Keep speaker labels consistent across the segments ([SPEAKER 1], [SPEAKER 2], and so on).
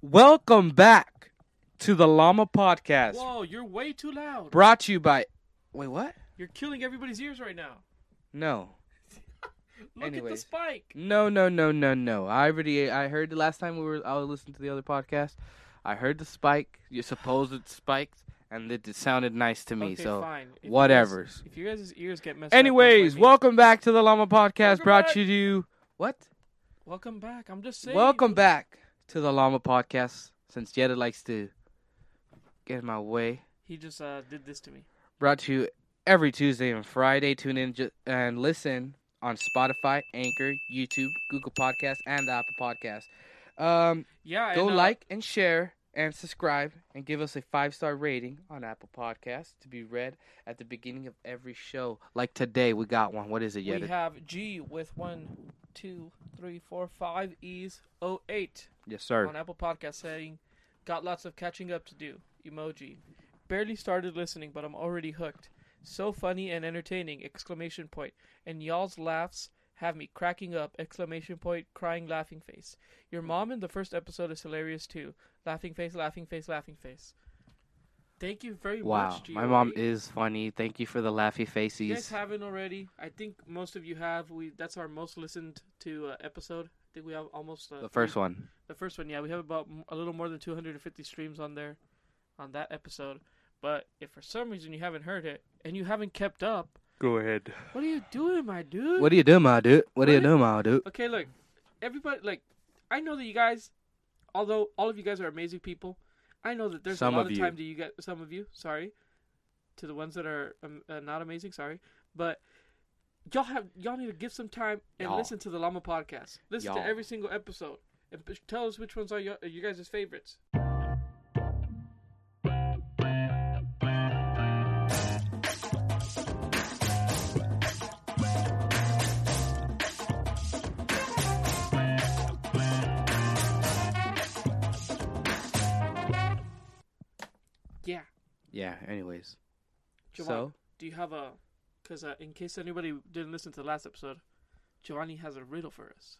[SPEAKER 1] Welcome back to the Llama Podcast,
[SPEAKER 2] Whoa, you're way too loud.
[SPEAKER 1] brought to you by. Wait, what?
[SPEAKER 2] You're killing everybody's ears right now.
[SPEAKER 1] No,
[SPEAKER 2] Look at the
[SPEAKER 1] Anyways.
[SPEAKER 2] spike.
[SPEAKER 1] no, no, no, no, no. I already. I heard the last time we were. I was listening to the other podcast. I heard the spike. You supposed it spiked, and it, it sounded nice to me.
[SPEAKER 2] okay,
[SPEAKER 1] so,
[SPEAKER 2] fine. If you guys-
[SPEAKER 1] whatevers.
[SPEAKER 2] if you guys' ears get messed
[SPEAKER 1] anyways,
[SPEAKER 2] up, that's
[SPEAKER 1] welcome back to the Llama Podcast,
[SPEAKER 2] Welcome
[SPEAKER 1] brought
[SPEAKER 2] back.
[SPEAKER 1] to you. What?
[SPEAKER 2] my- welcome back. I'm just saying.
[SPEAKER 1] Welcome back to the Llama Podcast. Since Jetta likes to get in my way.
[SPEAKER 2] He just uh, did this to me.
[SPEAKER 1] brought to you every Tuesday and Friday. Tune in ju- and listen on Spotify, Anchor, YouTube, Google Podcasts, and the Apple Podcasts. Um,
[SPEAKER 2] Yeah.
[SPEAKER 1] go
[SPEAKER 2] and, uh,
[SPEAKER 1] like and share and subscribe and give us a five star rating on Apple Podcasts to be read at the beginning of every show. Like today, we got one. What is it yet?
[SPEAKER 2] We have G with one, two, three, four, five E's, oh eight
[SPEAKER 1] yes, sir.
[SPEAKER 2] on Apple Podcast saying, "Got lots of catching up to do." Emoji. Barely started listening, but I'm already hooked. So funny and entertaining! Exclamation point. And y'all's laughs have me cracking up! Exclamation point. Crying laughing face. Your mom in the first episode is hilarious too. Laughing face, laughing face, laughing face. Thank you very
[SPEAKER 1] Wow,
[SPEAKER 2] much.
[SPEAKER 1] my
[SPEAKER 2] GOA.
[SPEAKER 1] mom is funny. Thank you for the laughy
[SPEAKER 2] If you guys
[SPEAKER 1] faces.
[SPEAKER 2] haven't already, I think most of you have. We that's our most listened to uh, episode. I think we have almost uh,
[SPEAKER 1] The first one.
[SPEAKER 2] the first one, yeah, we have about m- a little more than 250 streams on there, on that episode. But if for some reason you haven't heard it and you haven't kept up,
[SPEAKER 1] Go ahead.
[SPEAKER 2] what are you doing, my dude?
[SPEAKER 1] What do you do, my dude? What do you
[SPEAKER 2] What?
[SPEAKER 1] do, my dude?
[SPEAKER 2] okay, look, everybody, like, I know that you guys, although all of you guys are amazing people, I know that there's
[SPEAKER 1] Some
[SPEAKER 2] a lot
[SPEAKER 1] of
[SPEAKER 2] of,
[SPEAKER 1] you.
[SPEAKER 2] time that you get some of you. Sorry, to the ones that are um, uh, not amazing. Sorry, but y'all have y'all need to give some time and
[SPEAKER 1] Y'all.
[SPEAKER 2] listen to the Llama podcast. Listen
[SPEAKER 1] Y'all.
[SPEAKER 2] to every single episode and p- tell us which ones are your, are you guys' favorites. Yeah.
[SPEAKER 1] Yeah. Anyways,
[SPEAKER 2] Javon,
[SPEAKER 1] so
[SPEAKER 2] do you have a? Because uh, in case anybody didn't listen to the last episode, Giovanni has a riddle for us.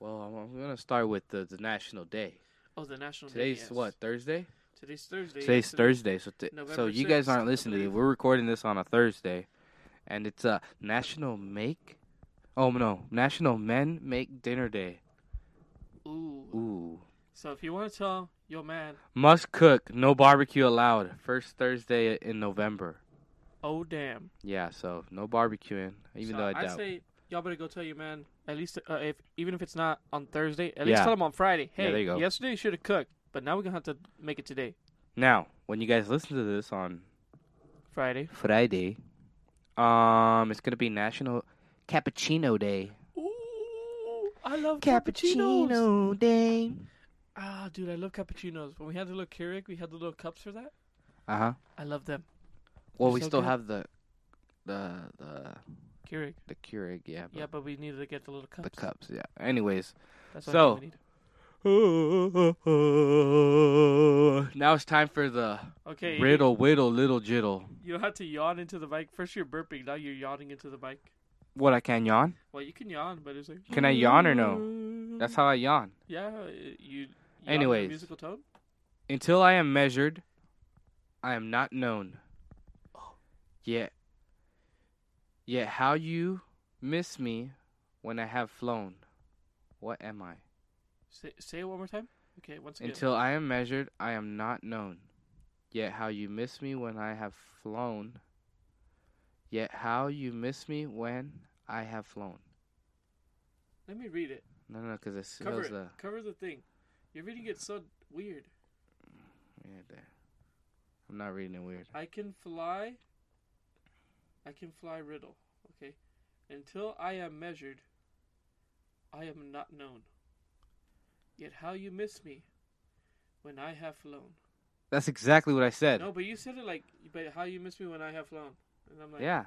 [SPEAKER 1] Well, I'm, I'm gonna start with the, the national day.
[SPEAKER 2] Oh, the national. Day,
[SPEAKER 1] Today's
[SPEAKER 2] yes.
[SPEAKER 1] what Thursday?
[SPEAKER 2] Today's Thursday.
[SPEAKER 1] Today's
[SPEAKER 2] yes, and
[SPEAKER 1] Thursday, so t- so
[SPEAKER 2] November
[SPEAKER 1] you guys
[SPEAKER 2] 6th,
[SPEAKER 1] aren't
[SPEAKER 2] I
[SPEAKER 1] listening to it.
[SPEAKER 2] believe.
[SPEAKER 1] We're recording this on a Thursday, and it's uh National Make. Oh no, National Men Make Dinner Day.
[SPEAKER 2] Ooh.
[SPEAKER 1] Ooh,
[SPEAKER 2] So if you want to tell your man,
[SPEAKER 1] must cook, no barbecue allowed. First Thursday in November.
[SPEAKER 2] oh damn.
[SPEAKER 1] Yeah, so no barbecuing, even
[SPEAKER 2] So
[SPEAKER 1] though I doubt.
[SPEAKER 2] say y'all better go tell your man. At least uh, if even if it's not on Thursday, at least
[SPEAKER 1] Yeah.
[SPEAKER 2] tell him on Friday. Hey,
[SPEAKER 1] Yeah, there you go.
[SPEAKER 2] yesterday you should have cooked, but now we're gonna have to make it today,
[SPEAKER 1] Now, when you guys listen to this on
[SPEAKER 2] Friday.
[SPEAKER 1] Friday, um, it's gonna be National Cappuccino Day.
[SPEAKER 2] Ooh, I love cappuccinos.
[SPEAKER 1] Day.
[SPEAKER 2] Ah, dude, I love cappuccinos. When we had the little Keurig, we had the little cups for that.
[SPEAKER 1] Uh huh.
[SPEAKER 2] I love them.
[SPEAKER 1] Well,
[SPEAKER 2] They're
[SPEAKER 1] we
[SPEAKER 2] so
[SPEAKER 1] still
[SPEAKER 2] good.
[SPEAKER 1] have the the the
[SPEAKER 2] Keurig.
[SPEAKER 1] the Keurig, yeah, but
[SPEAKER 2] Yeah, but we needed to get the little cups.
[SPEAKER 1] the cups, yeah. Anyways,
[SPEAKER 2] That's
[SPEAKER 1] So-
[SPEAKER 2] all we need.
[SPEAKER 1] now it's time for the
[SPEAKER 2] Okay.
[SPEAKER 1] riddle, whittle, little jittle.
[SPEAKER 2] You don't have to yawn into the mic. First you're burping, now you're yawning into the mic.
[SPEAKER 1] What I can yawn?
[SPEAKER 2] Well, you can yawn, but it's like.
[SPEAKER 1] Can I yawn or That's how I yawn.
[SPEAKER 2] Yeah, uh, you. yawn in a
[SPEAKER 1] Anyways.
[SPEAKER 2] musical tone.
[SPEAKER 1] Until I am measured, I am not known. Yet, yet how you miss me when I have flown? What am I?
[SPEAKER 2] Say, say it one more time. Okay, once again.
[SPEAKER 1] Until I am measured, I am not known. Yet how you miss me when I have flown. Yet how you miss me when I have flown.
[SPEAKER 2] Let me read it.
[SPEAKER 1] No, no, because it
[SPEAKER 2] Cover
[SPEAKER 1] smells
[SPEAKER 2] it.
[SPEAKER 1] the.
[SPEAKER 2] Cover the thing. You're reading it so weird.
[SPEAKER 1] Yeah, there. I'm not reading it weird.
[SPEAKER 2] I can fly. I can fly riddle. Okay. Until I am measured, I am not known. Yet how you miss me when I have flown.
[SPEAKER 1] That's exactly what I said.
[SPEAKER 2] No, but you said it like, but how you miss me when I have flown. And I'm like,
[SPEAKER 1] yeah.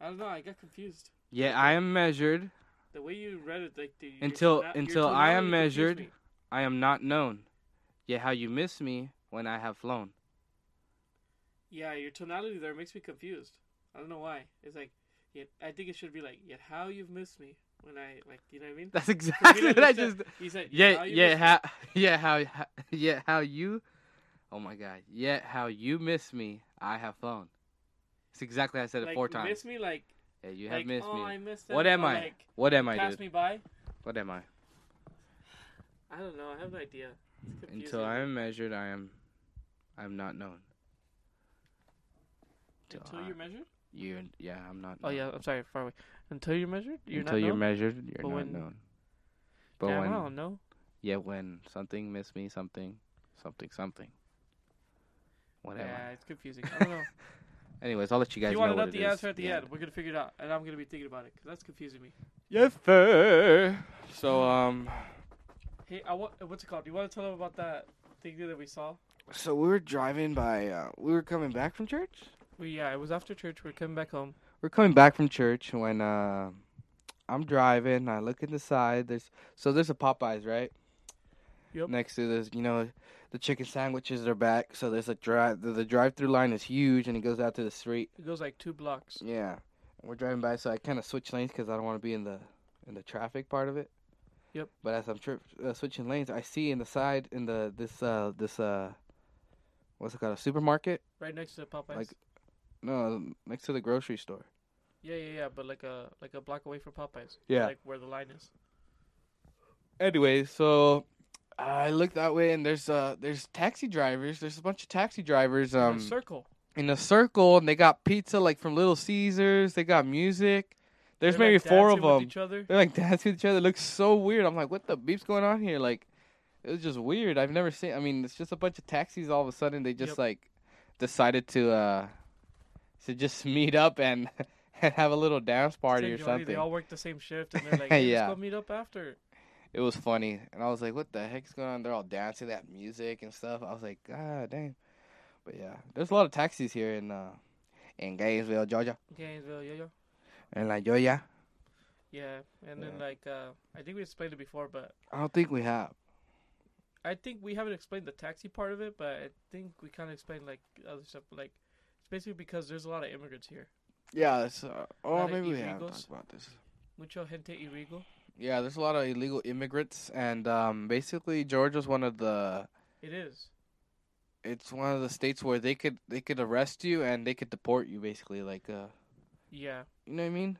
[SPEAKER 2] I don't know, I got confused.
[SPEAKER 1] Yet I am measured,
[SPEAKER 2] The way you read it, like, the, your
[SPEAKER 1] Until-
[SPEAKER 2] tona- your
[SPEAKER 1] until I am
[SPEAKER 2] tonality confused
[SPEAKER 1] measured.
[SPEAKER 2] me.
[SPEAKER 1] I am not known. Yet how you miss me when I have flown.
[SPEAKER 2] Yeah, your tonality there makes me confused. I don't know why. It's like, yet I think it should be like, yet how you've missed me when I like, you know what I mean?
[SPEAKER 1] That's
[SPEAKER 2] For me,
[SPEAKER 1] exactly
[SPEAKER 2] like
[SPEAKER 1] what I
[SPEAKER 2] you
[SPEAKER 1] just.
[SPEAKER 2] said, He said,
[SPEAKER 1] Yeah,
[SPEAKER 2] "How you
[SPEAKER 1] yeah,
[SPEAKER 2] miss me?"
[SPEAKER 1] how, yeah, how, how, yeah, how you. Oh my God! Yeah, how you miss me? I have flown. It's exactly I said it
[SPEAKER 2] like,
[SPEAKER 1] four times.
[SPEAKER 2] Miss me like,
[SPEAKER 1] yeah, you have
[SPEAKER 2] like
[SPEAKER 1] missed
[SPEAKER 2] oh,
[SPEAKER 1] me.
[SPEAKER 2] I missed
[SPEAKER 1] What
[SPEAKER 2] them,"
[SPEAKER 1] am
[SPEAKER 2] or,
[SPEAKER 1] I?
[SPEAKER 2] Like,
[SPEAKER 1] what am I,
[SPEAKER 2] pass
[SPEAKER 1] dude?
[SPEAKER 2] me by.
[SPEAKER 1] What am I?
[SPEAKER 2] I don't know. I have no idea. It's confusing.
[SPEAKER 1] Until I am measured, I am, I am not known.
[SPEAKER 2] Until you're measured.
[SPEAKER 1] You, yeah, I'm not.
[SPEAKER 2] Oh
[SPEAKER 1] known.
[SPEAKER 2] yeah, I'm sorry, far away. Until you're measured, you're
[SPEAKER 1] Until
[SPEAKER 2] not.
[SPEAKER 1] you're
[SPEAKER 2] known?
[SPEAKER 1] measured, you're
[SPEAKER 2] But
[SPEAKER 1] not
[SPEAKER 2] when-
[SPEAKER 1] known. But
[SPEAKER 2] Damn,
[SPEAKER 1] when,
[SPEAKER 2] I don't know.
[SPEAKER 1] yeah, when something missed me, something, something, something. What am
[SPEAKER 2] Yeah, it's confusing. I don't know.
[SPEAKER 1] I? Anyways, I'll let you
[SPEAKER 2] If
[SPEAKER 1] guys
[SPEAKER 2] you
[SPEAKER 1] know
[SPEAKER 2] want to
[SPEAKER 1] what
[SPEAKER 2] know
[SPEAKER 1] it
[SPEAKER 2] the
[SPEAKER 1] is
[SPEAKER 2] answer at the end, we're gonna figure it out, and I'm gonna be thinking about it because that's confusing me.
[SPEAKER 1] Yes, sir. So, um,
[SPEAKER 2] Hey, I want. What's it called? Do you want to tell them about that thing that we saw?
[SPEAKER 1] so we were driving by. Uh, we were coming back from church.
[SPEAKER 2] We yeah, it was after church. We're coming back home.
[SPEAKER 1] We're coming back from church when uh, I'm driving. I look in the side. There's so there's a Popeyes right.
[SPEAKER 2] Yep.
[SPEAKER 1] Next to this, you know, the chicken sandwiches are back. So there's a drive. The, the drive-through line is huge, and it goes out to the street.
[SPEAKER 2] It goes like two blocks.
[SPEAKER 1] Yeah, and we're driving by, so I kind of switch lanes because I don't want to be in the in the traffic part of it.
[SPEAKER 2] Yep.
[SPEAKER 1] But as I'm tri- uh, switching lanes, I see in the side in the this uh this uh what's it called a supermarket?
[SPEAKER 2] Right next to the Popeyes.
[SPEAKER 1] Like- No, next to the grocery store.
[SPEAKER 2] yeah, yeah, yeah, but like a like a block away from Popeyes.
[SPEAKER 1] Yeah.
[SPEAKER 2] Like where the line is.
[SPEAKER 1] Anyway, so I look that way, and there's uh there's taxi drivers. There's a bunch of taxi drivers
[SPEAKER 2] In a
[SPEAKER 1] um
[SPEAKER 2] circle.
[SPEAKER 1] in a circle, and they got pizza like from Little Caesars. They got music. There's
[SPEAKER 2] They're,
[SPEAKER 1] maybe
[SPEAKER 2] like,
[SPEAKER 1] four of
[SPEAKER 2] dancing with
[SPEAKER 1] them.
[SPEAKER 2] Each other.
[SPEAKER 1] They're like dancing with each other. It looks so weird. I'm like, what the beep's going on here? Like, it was just weird. I've never seen. I mean, it's just a bunch of taxis. All of a sudden, they just
[SPEAKER 2] Yep.
[SPEAKER 1] like decided to uh to just meet up and and have a little dance party
[SPEAKER 2] Same
[SPEAKER 1] or
[SPEAKER 2] Johnny, They
[SPEAKER 1] something.
[SPEAKER 2] all work the same shift, and they're like, hey,
[SPEAKER 1] Yeah.
[SPEAKER 2] let's go meet up after.
[SPEAKER 1] It was funny, and I was like, what the heck's going on? They're all dancing, that music and stuff. I was like, God damn. But yeah, there's a lot of taxis here in uh in Gainesville, Georgia,
[SPEAKER 2] Gainesville, yeah, yeah.
[SPEAKER 1] and like Georgia.
[SPEAKER 2] Yeah, and then
[SPEAKER 1] Yeah.
[SPEAKER 2] like uh, I think we explained it before, but
[SPEAKER 1] I don't think we have.
[SPEAKER 2] I think we haven't explained the taxi part of it, but I think we kind of explained like other stuff. Like it's basically because there's a lot of immigrants here.
[SPEAKER 1] Yeah, it's, uh, oh
[SPEAKER 2] Lot of
[SPEAKER 1] maybe we have
[SPEAKER 2] illegals.
[SPEAKER 1] talked about this.
[SPEAKER 2] Mucho gente illegal.
[SPEAKER 1] Yeah, there's a lot of illegal immigrants, and um, basically Georgia's one of the
[SPEAKER 2] It is.
[SPEAKER 1] it's one of the states where they could they could arrest you and they could deport you basically like uh
[SPEAKER 2] Yeah.
[SPEAKER 1] you know what I mean?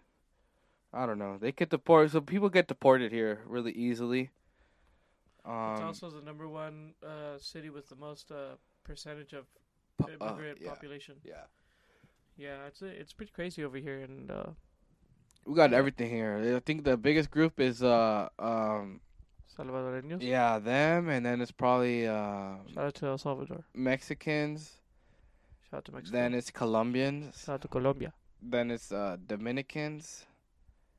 [SPEAKER 1] I don't know. They get deported, so people get deported here really easily. Um,
[SPEAKER 2] it's also the number one uh, city with the most uh, percentage of
[SPEAKER 1] po- uh,
[SPEAKER 2] immigrant
[SPEAKER 1] yeah,
[SPEAKER 2] population.
[SPEAKER 1] yeah.
[SPEAKER 2] Yeah, it's it's pretty crazy over here, and uh,
[SPEAKER 1] We got everything here. I think the biggest group is uh um
[SPEAKER 2] Salvadoreños.
[SPEAKER 1] yeah them, and then it's probably uh
[SPEAKER 2] Shout out to El Salvador.
[SPEAKER 1] Mexicans.
[SPEAKER 2] Shout out to Mexico.
[SPEAKER 1] Then it's Colombians.
[SPEAKER 2] Shout out to Colombia.
[SPEAKER 1] Then it's uh Dominicans.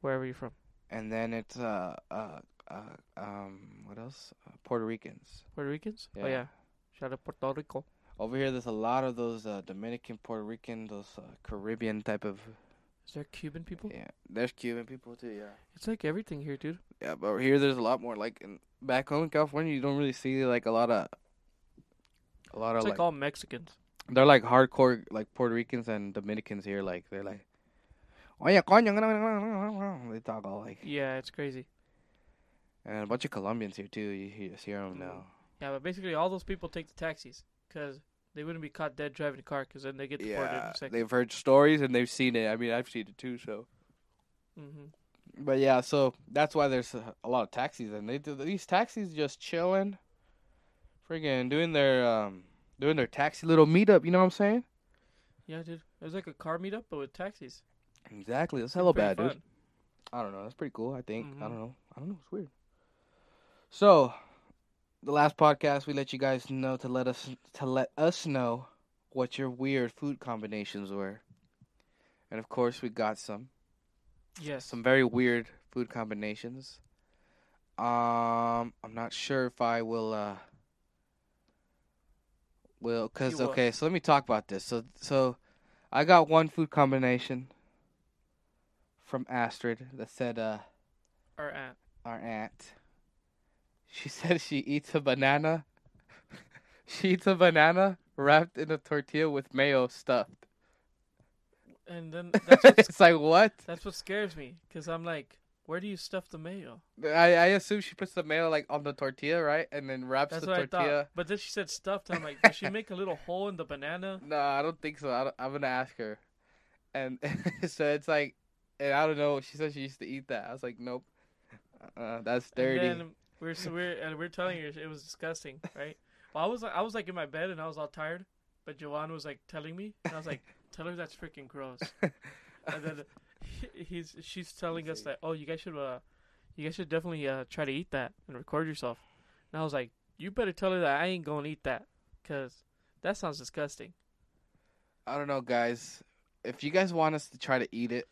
[SPEAKER 2] Wherever you're from.
[SPEAKER 1] and then it's uh uh, uh um what else uh, Puerto Ricans.
[SPEAKER 2] Puerto Ricans.
[SPEAKER 1] Yeah.
[SPEAKER 2] Oh yeah. Shout out Puerto Rico.
[SPEAKER 1] Over here, there's a lot of those uh, Dominican, Puerto Rican, those uh, Caribbean type of.
[SPEAKER 2] Is there Cuban people?
[SPEAKER 1] Yeah, there's Cuban people too. Yeah,
[SPEAKER 2] It's like everything here, dude.
[SPEAKER 1] yeah, but over here there's a lot more. Like in, back home in California, you don't really see like a lot of. A lot of
[SPEAKER 2] It's
[SPEAKER 1] like,
[SPEAKER 2] like all Mexicans.
[SPEAKER 1] they're like hardcore like Puerto Ricans and Dominicans here. Like they're like, oh yeah, coño, they talk all like,
[SPEAKER 2] Yeah, it's crazy.
[SPEAKER 1] and a bunch of Colombians here too. You, you just hear them
[SPEAKER 2] Mm.
[SPEAKER 1] now.
[SPEAKER 2] Yeah, but basically all those people take the taxis because they wouldn't be caught dead driving a car because then they get deported in
[SPEAKER 1] Yeah,
[SPEAKER 2] a 2nd
[SPEAKER 1] they've heard stories and they've seen it. I mean, I've seen it too. So,
[SPEAKER 2] Mm-hmm.
[SPEAKER 1] but yeah, so that's why there's a, a lot of taxis, and they do these taxis just chilling, friggin' doing their um doing their taxi little meetup. You know what I'm saying?
[SPEAKER 2] Yeah, dude. It was like a car meetup, but with taxis.
[SPEAKER 1] Exactly. That's
[SPEAKER 2] It's
[SPEAKER 1] hella
[SPEAKER 2] pretty
[SPEAKER 1] bad, dude. Mm-hmm.
[SPEAKER 2] fun.
[SPEAKER 1] I don't know. That's pretty cool. I think. I
[SPEAKER 2] Mhm.
[SPEAKER 1] don't know. I don't know. It's weird. So, the last podcast we let you guys know to let us to let us know what your weird food combinations were, and of course we got some.
[SPEAKER 2] Yes.
[SPEAKER 1] some very weird food combinations. Um, I'm not sure if I will. uh Will because
[SPEAKER 2] You will.
[SPEAKER 1] okay, so let me talk about this. So so, I got one food combination from Astrid that said uh
[SPEAKER 2] Our aunt.
[SPEAKER 1] our aunt. She said she eats a banana. she eats a banana wrapped in a tortilla with mayo stuffed.
[SPEAKER 2] And then that's what's,
[SPEAKER 1] it's like what?
[SPEAKER 2] that's what scares me because I'm like, Where do you stuff the mayo?
[SPEAKER 1] I, I assume she puts the mayo like on the tortilla, right, and then wraps
[SPEAKER 2] That's
[SPEAKER 1] the
[SPEAKER 2] what I
[SPEAKER 1] tortilla.
[SPEAKER 2] thought. But then she said stuffed. and I'm like, does she make a little hole in the banana?
[SPEAKER 1] No, I don't think so. I don't, I'm gonna ask her, and so it's like, and I don't know. She said she used to eat that. I was like, nope, uh, that's dirty.
[SPEAKER 2] And then we're so we're and we're telling her it was disgusting, right? Well, I was I was like in my bed and I was all tired, but Joanne was like telling me, and I was like, tell her that's freaking gross. And then he- he's she's telling us that oh you guys should uh you guys should definitely uh try to eat that and record yourself. And I was like, you better tell her that I ain't gonna eat that, cause that sounds disgusting.
[SPEAKER 1] I don't know, guys. If you guys want us to try to eat it,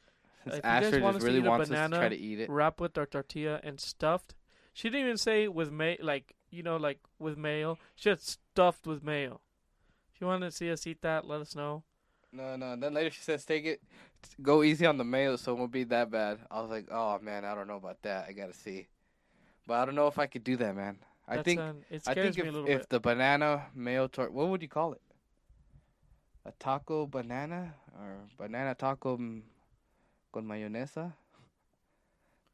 [SPEAKER 2] If
[SPEAKER 1] since
[SPEAKER 2] you guys
[SPEAKER 1] Asher just
[SPEAKER 2] want us to
[SPEAKER 1] really
[SPEAKER 2] eat a
[SPEAKER 1] wants us to try
[SPEAKER 2] banana,
[SPEAKER 1] to eat it,
[SPEAKER 2] wrapped with our tortilla and stuffed. She didn't even say with may like you know like with mayo. She had stuffed with mayo. If you want to see us eat that, let us know.
[SPEAKER 1] no, no. Then later she says, take it, go easy on the mayo, so it won't be that bad. I was like, oh man, I don't know about that. I gotta see, but I don't know if I could do that, man. I
[SPEAKER 2] That's
[SPEAKER 1] think
[SPEAKER 2] un- it
[SPEAKER 1] I
[SPEAKER 2] scares
[SPEAKER 1] think
[SPEAKER 2] me
[SPEAKER 1] if,
[SPEAKER 2] a little
[SPEAKER 1] if
[SPEAKER 2] bit.
[SPEAKER 1] the banana mayo tort, what would you call it? A taco banana or banana taco m- con mayonesa?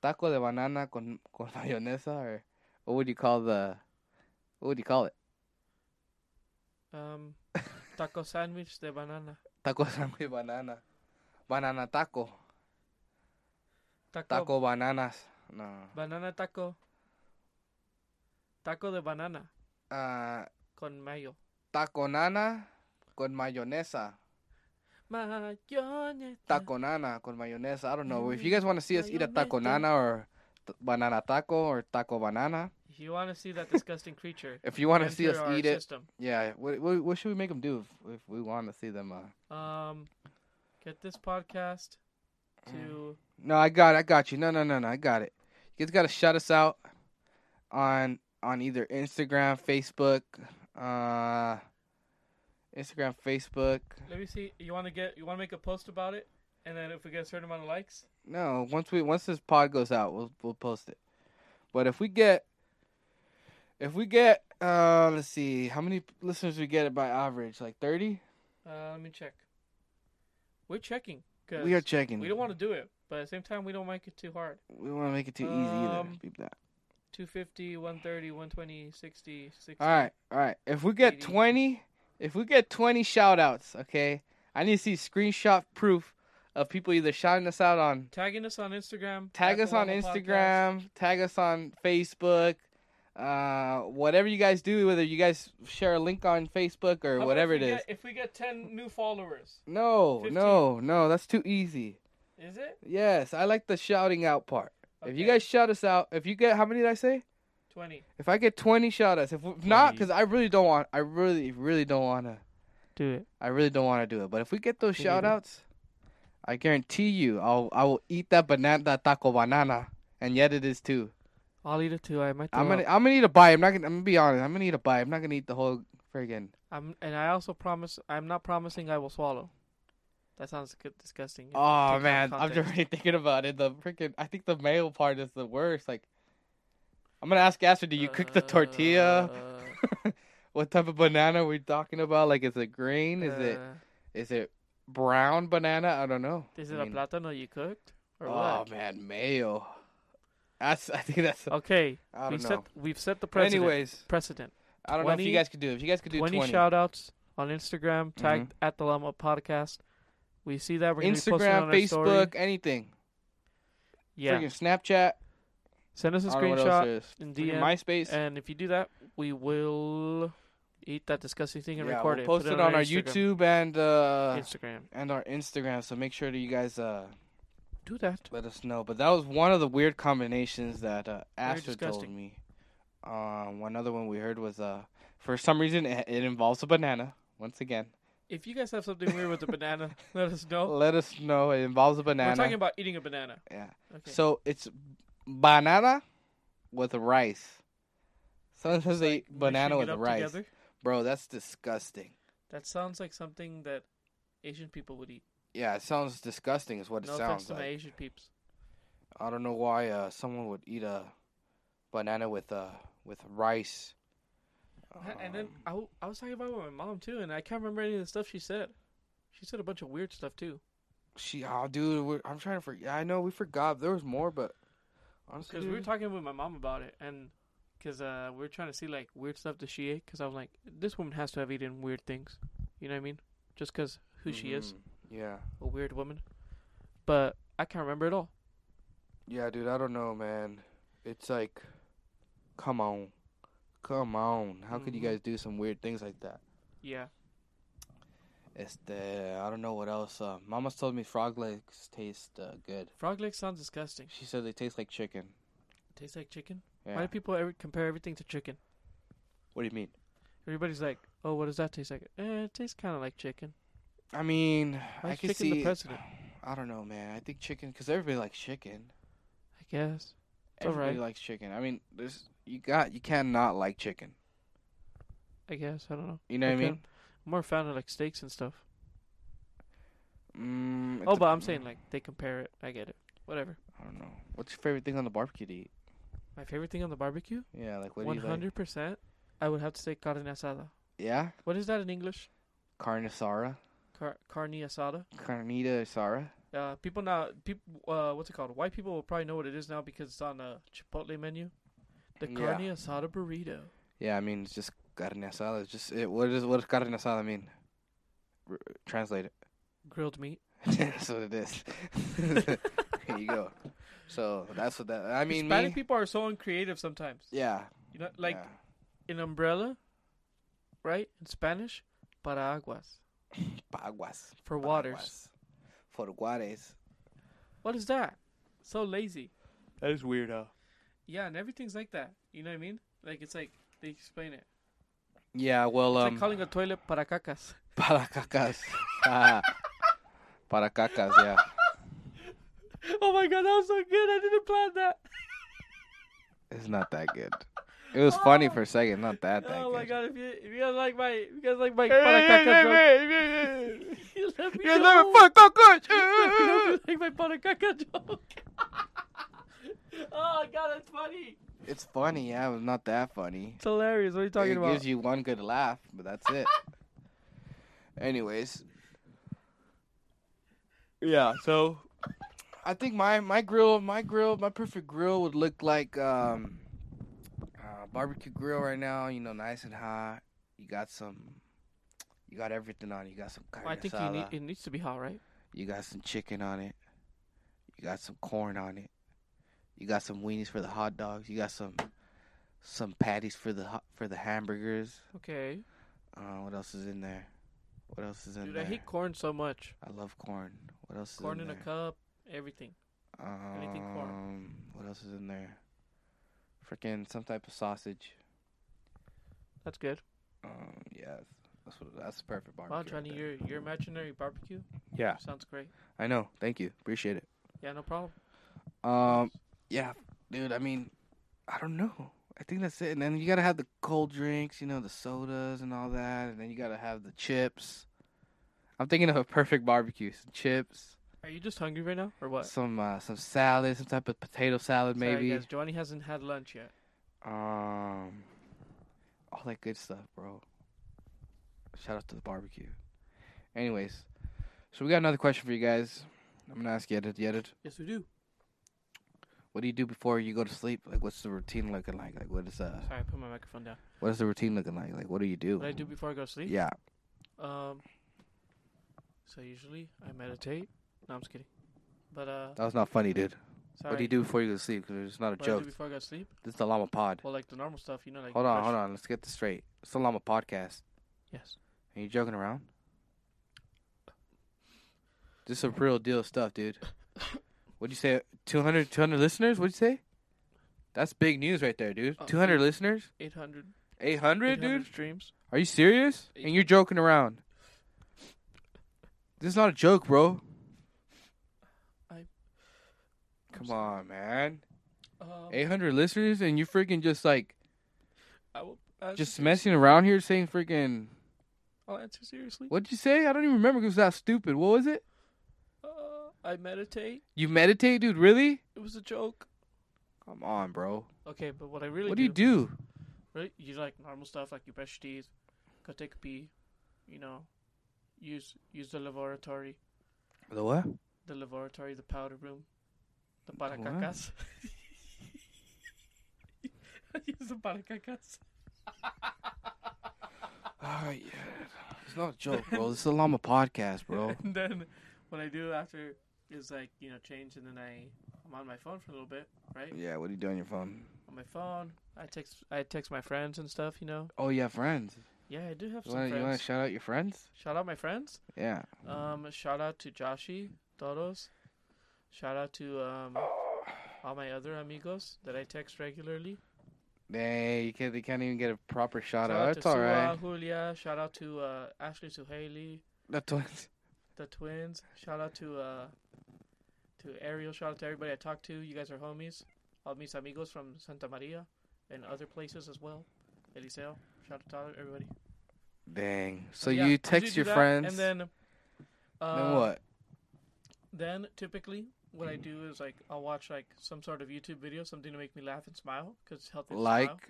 [SPEAKER 1] Taco de banana con con mayonesa or what would you call the what would you call it?
[SPEAKER 2] Um, taco sandwich de banana.
[SPEAKER 1] Taco sandwich banana. Banana taco.
[SPEAKER 2] Taco,
[SPEAKER 1] Taco bananas. No.
[SPEAKER 2] banana taco. Taco de banana
[SPEAKER 1] Uh
[SPEAKER 2] con mayo.
[SPEAKER 1] taco nana con mayonesa.
[SPEAKER 2] Mayonesa.
[SPEAKER 1] Taco nana con mayonesa. I don't know. If you guys want to see us eat a taco
[SPEAKER 2] Mayonesa.
[SPEAKER 1] nana or t- banana taco or taco banana,
[SPEAKER 2] If you want to see that disgusting creature,
[SPEAKER 1] if you want to see us
[SPEAKER 2] enter our
[SPEAKER 1] eat it,
[SPEAKER 2] system.
[SPEAKER 1] yeah. What, what, what should we make them do if, if we want to see them? Uh...
[SPEAKER 2] Um, get this podcast to
[SPEAKER 1] No, I got, it, I got you. No, no, no, no, I got it. You guys got to shut us out on on either Instagram, Facebook, uh, Instagram, Facebook.
[SPEAKER 2] Let me see. You want to get? You want to make a post about it, and then if we get a certain amount of likes,
[SPEAKER 1] No, once we once this pod goes out, we'll we'll post it. But if we get if we get uh let's see how many listeners we get by average like 30
[SPEAKER 2] uh, let me check. We're checking. 'cause
[SPEAKER 1] we are checking
[SPEAKER 2] We don't want to do it, but at the same time, we don't make it too hard.
[SPEAKER 1] we want to make it too easy either
[SPEAKER 2] Um,
[SPEAKER 1] Beep that.
[SPEAKER 2] 250, 130, 120, 60, 60.
[SPEAKER 1] all right all right if we get
[SPEAKER 2] 80.
[SPEAKER 1] 20 if we get 20 shout outs okay i need to see screenshot proof of people either shouting us out on
[SPEAKER 2] Tagging us on Instagram.
[SPEAKER 1] tag
[SPEAKER 2] at
[SPEAKER 1] us on
[SPEAKER 2] Paloma Podcast.
[SPEAKER 1] Instagram, tag us on Facebook, uh, whatever you guys do, whether you guys share a link on Facebook
[SPEAKER 2] How
[SPEAKER 1] or
[SPEAKER 2] about
[SPEAKER 1] whatever
[SPEAKER 2] if
[SPEAKER 1] it
[SPEAKER 2] we
[SPEAKER 1] is.
[SPEAKER 2] Get, if we get 10 new followers,
[SPEAKER 1] No,
[SPEAKER 2] 15.
[SPEAKER 1] no, no, that's too easy.
[SPEAKER 2] is it?
[SPEAKER 1] Yes, I like the shouting out part. If you
[SPEAKER 2] Okay,
[SPEAKER 1] guys shout us out, if you get how many did I say?
[SPEAKER 2] 20.
[SPEAKER 1] If I get twenty, shout us. If, if not, because I really don't want, I really, really don't want to,
[SPEAKER 2] Do it.
[SPEAKER 1] I really don't want to do it. But if we get those
[SPEAKER 2] Me neither.
[SPEAKER 1] shout outs, I guarantee you, I'll, I will eat that banana, that taco banana, and yet it is too.
[SPEAKER 2] I'll eat it too. I might.
[SPEAKER 1] I'm gonna I'm gonna eat a bite. I'm not gonna I'm gonna be honest. I'm gonna eat a bite. I'm not gonna eat the whole friggin'
[SPEAKER 2] I'm, and I also promise. I'm not promising I will swallow. That sounds good, disgusting. if you take
[SPEAKER 1] Oh
[SPEAKER 2] out
[SPEAKER 1] man, I'm
[SPEAKER 2] context.
[SPEAKER 1] just already thinking about it. The freaking I think the mayo part is the worst. Like I'm gonna ask Astrid, do you cook the tortilla?
[SPEAKER 2] Uh,
[SPEAKER 1] What type of banana are we talking about? Like is it green? Is it
[SPEAKER 2] Uh,
[SPEAKER 1] is it brown banana? I don't know.
[SPEAKER 2] Is
[SPEAKER 1] I
[SPEAKER 2] it
[SPEAKER 1] mean,
[SPEAKER 2] a plátano you cooked or
[SPEAKER 1] Oh
[SPEAKER 2] what?
[SPEAKER 1] man, mayo. That's I think that's
[SPEAKER 2] Okay,
[SPEAKER 1] I
[SPEAKER 2] we've
[SPEAKER 1] don't
[SPEAKER 2] set
[SPEAKER 1] know.
[SPEAKER 2] we've set the precedent.
[SPEAKER 1] Anyways,
[SPEAKER 2] precedent.
[SPEAKER 1] I don't know if
[SPEAKER 2] 20
[SPEAKER 1] you guys could do it. If you guys could do Mm-hmm.
[SPEAKER 2] 20,
[SPEAKER 1] 20
[SPEAKER 2] shout-outs on Instagram tagged at the Llama Podcast. We see that we're gonna be posting it
[SPEAKER 1] Instagram,
[SPEAKER 2] on our story.
[SPEAKER 1] Facebook, anything.
[SPEAKER 2] Yeah,
[SPEAKER 1] Freaking Snapchat.
[SPEAKER 2] send us a
[SPEAKER 1] I don't know what else
[SPEAKER 2] screenshot
[SPEAKER 1] there is.
[SPEAKER 2] in
[SPEAKER 1] Freaking
[SPEAKER 2] DM,
[SPEAKER 1] MySpace.
[SPEAKER 2] and if you do that, we will eat that disgusting thing and record
[SPEAKER 1] we'll
[SPEAKER 2] it.
[SPEAKER 1] Post
[SPEAKER 2] put
[SPEAKER 1] it, on our
[SPEAKER 2] Instagram.
[SPEAKER 1] YouTube and uh,
[SPEAKER 2] Instagram.
[SPEAKER 1] and our Instagram. So make sure that you guys uh,
[SPEAKER 2] Do that.
[SPEAKER 1] let us know. But that was one of the weird combinations that uh,
[SPEAKER 2] Very
[SPEAKER 1] Astrid told
[SPEAKER 2] disgusting.
[SPEAKER 1] me. Um, one other one we heard was uh, for some reason it, it involves a banana. Once again,
[SPEAKER 2] If you guys have something weird with a banana, let us know.
[SPEAKER 1] let us know. It involves a
[SPEAKER 2] Oh. We're
[SPEAKER 1] banana.
[SPEAKER 2] talking about eating a banana.
[SPEAKER 1] Yeah.
[SPEAKER 2] Okay.
[SPEAKER 1] So it's banana with rice. Sometimes they eat
[SPEAKER 2] Mixing
[SPEAKER 1] banana
[SPEAKER 2] it
[SPEAKER 1] with
[SPEAKER 2] up
[SPEAKER 1] rice,
[SPEAKER 2] together?
[SPEAKER 1] bro. That's disgusting.
[SPEAKER 2] That sounds like something that Asian people would eat.
[SPEAKER 1] Yeah, it sounds disgusting. Is what it
[SPEAKER 2] no offense
[SPEAKER 1] sounds
[SPEAKER 2] to
[SPEAKER 1] like.
[SPEAKER 2] my Asian peeps.
[SPEAKER 1] I don't know why uh, someone would eat a banana with uh with rice.
[SPEAKER 2] and then
[SPEAKER 1] Um,
[SPEAKER 2] uh, I, w- I was talking about it with my mom too, and I can't remember any of the stuff she said. She said a bunch of weird stuff too.
[SPEAKER 1] she, oh, dude, we I'm trying to forget. I know we forgot there was more, but Honestly,
[SPEAKER 2] Because we were
[SPEAKER 1] dude,
[SPEAKER 2] talking with my mom about it, and because uh, we were trying to see like weird stuff that she ate. Because I was like, this woman has to have eaten weird things. You know what I mean? Just because who she is,
[SPEAKER 1] mhm. Yeah.
[SPEAKER 2] a weird woman. But I can't remember it all.
[SPEAKER 1] Yeah, dude, I don't know, man. It's like, come on. Come on. How could you
[SPEAKER 2] Mhm.
[SPEAKER 1] guys do some weird things like that?
[SPEAKER 2] Yeah.
[SPEAKER 1] Este, I don't know what else. Uh, Mama's told me frog legs taste uh, good.
[SPEAKER 2] Frog legs sounds disgusting.
[SPEAKER 1] She said they taste like chicken.
[SPEAKER 2] Tastes like chicken.
[SPEAKER 1] Yeah.
[SPEAKER 2] Why do people ever compare everything to chicken?
[SPEAKER 1] what do you mean?
[SPEAKER 2] Everybody's like, oh, what does that taste like? Eh, it tastes kind of like chicken.
[SPEAKER 1] I mean,
[SPEAKER 2] Why
[SPEAKER 1] I
[SPEAKER 2] is
[SPEAKER 1] can
[SPEAKER 2] chicken
[SPEAKER 1] see.
[SPEAKER 2] the president?
[SPEAKER 1] I don't know, man. I think chicken, because everybody likes chicken.
[SPEAKER 2] I guess. It's all
[SPEAKER 1] Everybody
[SPEAKER 2] right.
[SPEAKER 1] likes chicken. I mean, there's you got you cannot like chicken.
[SPEAKER 2] I guess. I don't know.
[SPEAKER 1] You know what I
[SPEAKER 2] Okay.
[SPEAKER 1] mean?
[SPEAKER 2] I'm more a fan of like steaks and stuff.
[SPEAKER 1] Mm, it
[SPEAKER 2] Oh, but
[SPEAKER 1] dep-
[SPEAKER 2] I'm saying like they compare it. I get it. Whatever.
[SPEAKER 1] I don't know. What's your favorite thing on the barbecue to eat?
[SPEAKER 2] My favorite thing on the barbecue,
[SPEAKER 1] Yeah, like what do
[SPEAKER 2] one
[SPEAKER 1] you like?
[SPEAKER 2] hundred percent, I would have to say carne asada.
[SPEAKER 1] Yeah,
[SPEAKER 2] What is that in English?
[SPEAKER 1] carne asada,
[SPEAKER 2] Car- carne asada.
[SPEAKER 1] carnita asada.
[SPEAKER 2] Uh, people now, people, uh, what's it called? White people will probably know what it is now because it's on a Chipotle menu. The
[SPEAKER 1] Yeah.
[SPEAKER 2] carne asada burrito.
[SPEAKER 1] Yeah, I mean it's just carne asada. It's just it, what is what does carne asada mean? R- translate it.
[SPEAKER 2] Grilled meat.
[SPEAKER 1] that's what it is. Here you go. So that's what that. I mean,
[SPEAKER 2] Hispanic
[SPEAKER 1] me.
[SPEAKER 2] people are so uncreative sometimes.
[SPEAKER 1] yeah,
[SPEAKER 2] You know, like
[SPEAKER 1] yeah.
[SPEAKER 2] an umbrella, right? In Spanish, paraguas
[SPEAKER 1] Paguas.
[SPEAKER 2] for waters.
[SPEAKER 1] Paguas. For guares.
[SPEAKER 2] What is that? So lazy.
[SPEAKER 1] That is weird, huh?
[SPEAKER 2] Yeah, and everything's like that. You know what I mean? Like it's like they explain it.
[SPEAKER 1] Yeah, well,
[SPEAKER 2] It's
[SPEAKER 1] um,
[SPEAKER 2] like calling a toilet para cacas.
[SPEAKER 1] para cacas. Ah, para cacas, yeah.
[SPEAKER 2] oh my god, that was so good. I didn't plan that.
[SPEAKER 1] It's not that good. It was funny for a second, not that that
[SPEAKER 2] oh
[SPEAKER 1] good.
[SPEAKER 2] my god, if you, if you guys like my if you guys like my para cacas, bro, you let me know. If you don't like my para caca joke. oh god, that's funny.
[SPEAKER 1] It's funny, yeah, but not that funny.
[SPEAKER 2] It's hilarious. What are you talking
[SPEAKER 1] it
[SPEAKER 2] about?
[SPEAKER 1] gives you one good laugh, but that's it. Anyways. Yeah, so I think my my grill, my grill, my perfect grill would look like um uh, barbecue grill right now, you know, nice and hot. You got some you got everything on. it. You got some carne
[SPEAKER 2] I think you
[SPEAKER 1] asada.
[SPEAKER 2] need, it needs to be hot, right?
[SPEAKER 1] You got some chicken on it. You got some corn on it. You got some weenies for the hot dogs. You got some some patties for the hot, for the hamburgers.
[SPEAKER 2] Okay.
[SPEAKER 1] Uh, what else is in there? What else is in
[SPEAKER 2] Dude,
[SPEAKER 1] there?
[SPEAKER 2] I hate corn so much.
[SPEAKER 1] I love corn. What else
[SPEAKER 2] Corn
[SPEAKER 1] is in,
[SPEAKER 2] in a
[SPEAKER 1] there?
[SPEAKER 2] cup, everything.
[SPEAKER 1] Um,
[SPEAKER 2] anything corn.
[SPEAKER 1] What else is in there? Freaking some type of sausage.
[SPEAKER 2] That's good.
[SPEAKER 1] Um, yeah, that's what, that's the perfect barbecue.
[SPEAKER 2] Wow,
[SPEAKER 1] right
[SPEAKER 2] Johnny,
[SPEAKER 1] there.
[SPEAKER 2] your your imaginary barbecue
[SPEAKER 1] yeah,
[SPEAKER 2] sounds great.
[SPEAKER 1] I know. Thank you. Appreciate it.
[SPEAKER 2] Yeah, no problem.
[SPEAKER 1] Um, yeah, dude. I mean, I don't know. I think that's it. And then you gotta have the cold drinks, you know, the sodas and all that. And then you gotta have the chips. I'm thinking of a perfect barbecue: some chips,
[SPEAKER 2] Are you just hungry right now, or what?
[SPEAKER 1] some uh, some salad, some type of potato salad,
[SPEAKER 2] Sorry,
[SPEAKER 1] maybe.
[SPEAKER 2] guys, Johnny hasn't had lunch yet.
[SPEAKER 1] Um, all that good stuff, bro. Shout out to the barbecue. Anyways, so we got another question for you guys. I'm gonna ask Yedid. Yedid,
[SPEAKER 2] Yes, we do.
[SPEAKER 1] what do you do before you go to sleep? Like, what's the routine looking like? Like, what is uh,
[SPEAKER 2] Sorry, I put my microphone down.
[SPEAKER 1] What is the routine looking like? Like, what do you do?
[SPEAKER 2] What I do before I go to sleep?
[SPEAKER 1] Yeah.
[SPEAKER 2] Um. So usually I meditate. No, I'm just kidding. But uh,
[SPEAKER 1] That was not funny, dude.
[SPEAKER 2] sorry.
[SPEAKER 1] What do you do before you go to sleep? 'Cause it's not a
[SPEAKER 2] What I
[SPEAKER 1] joke.
[SPEAKER 2] do before I go to sleep?
[SPEAKER 1] This is the Llama Pod.
[SPEAKER 2] Well, like the normal stuff, you know, like
[SPEAKER 1] hold on,
[SPEAKER 2] brush-
[SPEAKER 1] hold on. Let's get this straight. It's the Llama Podcast.
[SPEAKER 2] Yes.
[SPEAKER 1] Are you joking around? This is some real deal stuff, dude. What'd you say? 200, 200 listeners? What'd you say? That's big news right there, dude.
[SPEAKER 2] Uh,
[SPEAKER 1] 200
[SPEAKER 2] eight-
[SPEAKER 1] listeners?
[SPEAKER 2] 800,
[SPEAKER 1] 800,
[SPEAKER 2] 800
[SPEAKER 1] dude?
[SPEAKER 2] streams.
[SPEAKER 1] Are you serious? And you're joking around. This is not a joke, bro.
[SPEAKER 2] I-
[SPEAKER 1] Come on, man.
[SPEAKER 2] Um,
[SPEAKER 1] 800 listeners and you're freaking just like
[SPEAKER 2] I will answer
[SPEAKER 1] just
[SPEAKER 2] ser-
[SPEAKER 1] messing around here saying freaking
[SPEAKER 2] I'll answer seriously.
[SPEAKER 1] What'd you say? I don't even remember 'cause it was that stupid. What was it?
[SPEAKER 2] Uh, I meditate.
[SPEAKER 1] You meditate, dude? Really?
[SPEAKER 2] It was a joke.
[SPEAKER 1] Come on, bro.
[SPEAKER 2] Okay, but what I really
[SPEAKER 1] What do
[SPEAKER 2] do,
[SPEAKER 1] you do?
[SPEAKER 2] Really, you like normal stuff like you brush your teeth, go take a pee, you know, use use the lavatory,
[SPEAKER 1] The what?
[SPEAKER 2] the lavatory, the powder room, the
[SPEAKER 1] what?
[SPEAKER 2] paracacas. Use the paracacas.
[SPEAKER 1] All right, Ah, yeah. It's not a joke, bro. This is a llama podcast, bro.
[SPEAKER 2] And then what I do after is like, you know, change and then I I'm on my phone for a little bit, right?
[SPEAKER 1] Yeah, what do you do on your phone?
[SPEAKER 2] On my phone. I text I text my friends and stuff, you know.
[SPEAKER 1] Oh, you have friends.
[SPEAKER 2] Yeah, I do have
[SPEAKER 1] You
[SPEAKER 2] some
[SPEAKER 1] want to you want
[SPEAKER 2] friends.
[SPEAKER 1] to shout Mm. out your friends?
[SPEAKER 2] Shout out my friends.
[SPEAKER 1] Yeah.
[SPEAKER 2] Um shout out to Joshi, Toros. Shout out to um all my other amigos that I text regularly.
[SPEAKER 1] Dang, you can't, they can't even get a proper shout
[SPEAKER 2] Shout
[SPEAKER 1] out.
[SPEAKER 2] out
[SPEAKER 1] That's
[SPEAKER 2] to
[SPEAKER 1] all
[SPEAKER 2] Sua,
[SPEAKER 1] right.
[SPEAKER 2] Julia. Shout out to uh, Ashley, to Haley,
[SPEAKER 1] The twins.
[SPEAKER 2] the twins. Shout out to uh, to Ariel. Shout out to everybody I talked to. You guys are homies. All mis amigos from Santa Maria and other places as well. Eliseo. Shout out to everybody.
[SPEAKER 1] Dang. So
[SPEAKER 2] Yeah,
[SPEAKER 1] you
[SPEAKER 2] usually
[SPEAKER 1] text
[SPEAKER 2] do
[SPEAKER 1] your
[SPEAKER 2] that,
[SPEAKER 1] friends.
[SPEAKER 2] And then, uh,
[SPEAKER 1] then what?
[SPEAKER 2] Then typically what
[SPEAKER 1] Mm-hmm.
[SPEAKER 2] I do is like I'll watch like some sort of YouTube video, something to make me laugh and smile because it's healthy. to smile.
[SPEAKER 1] Like.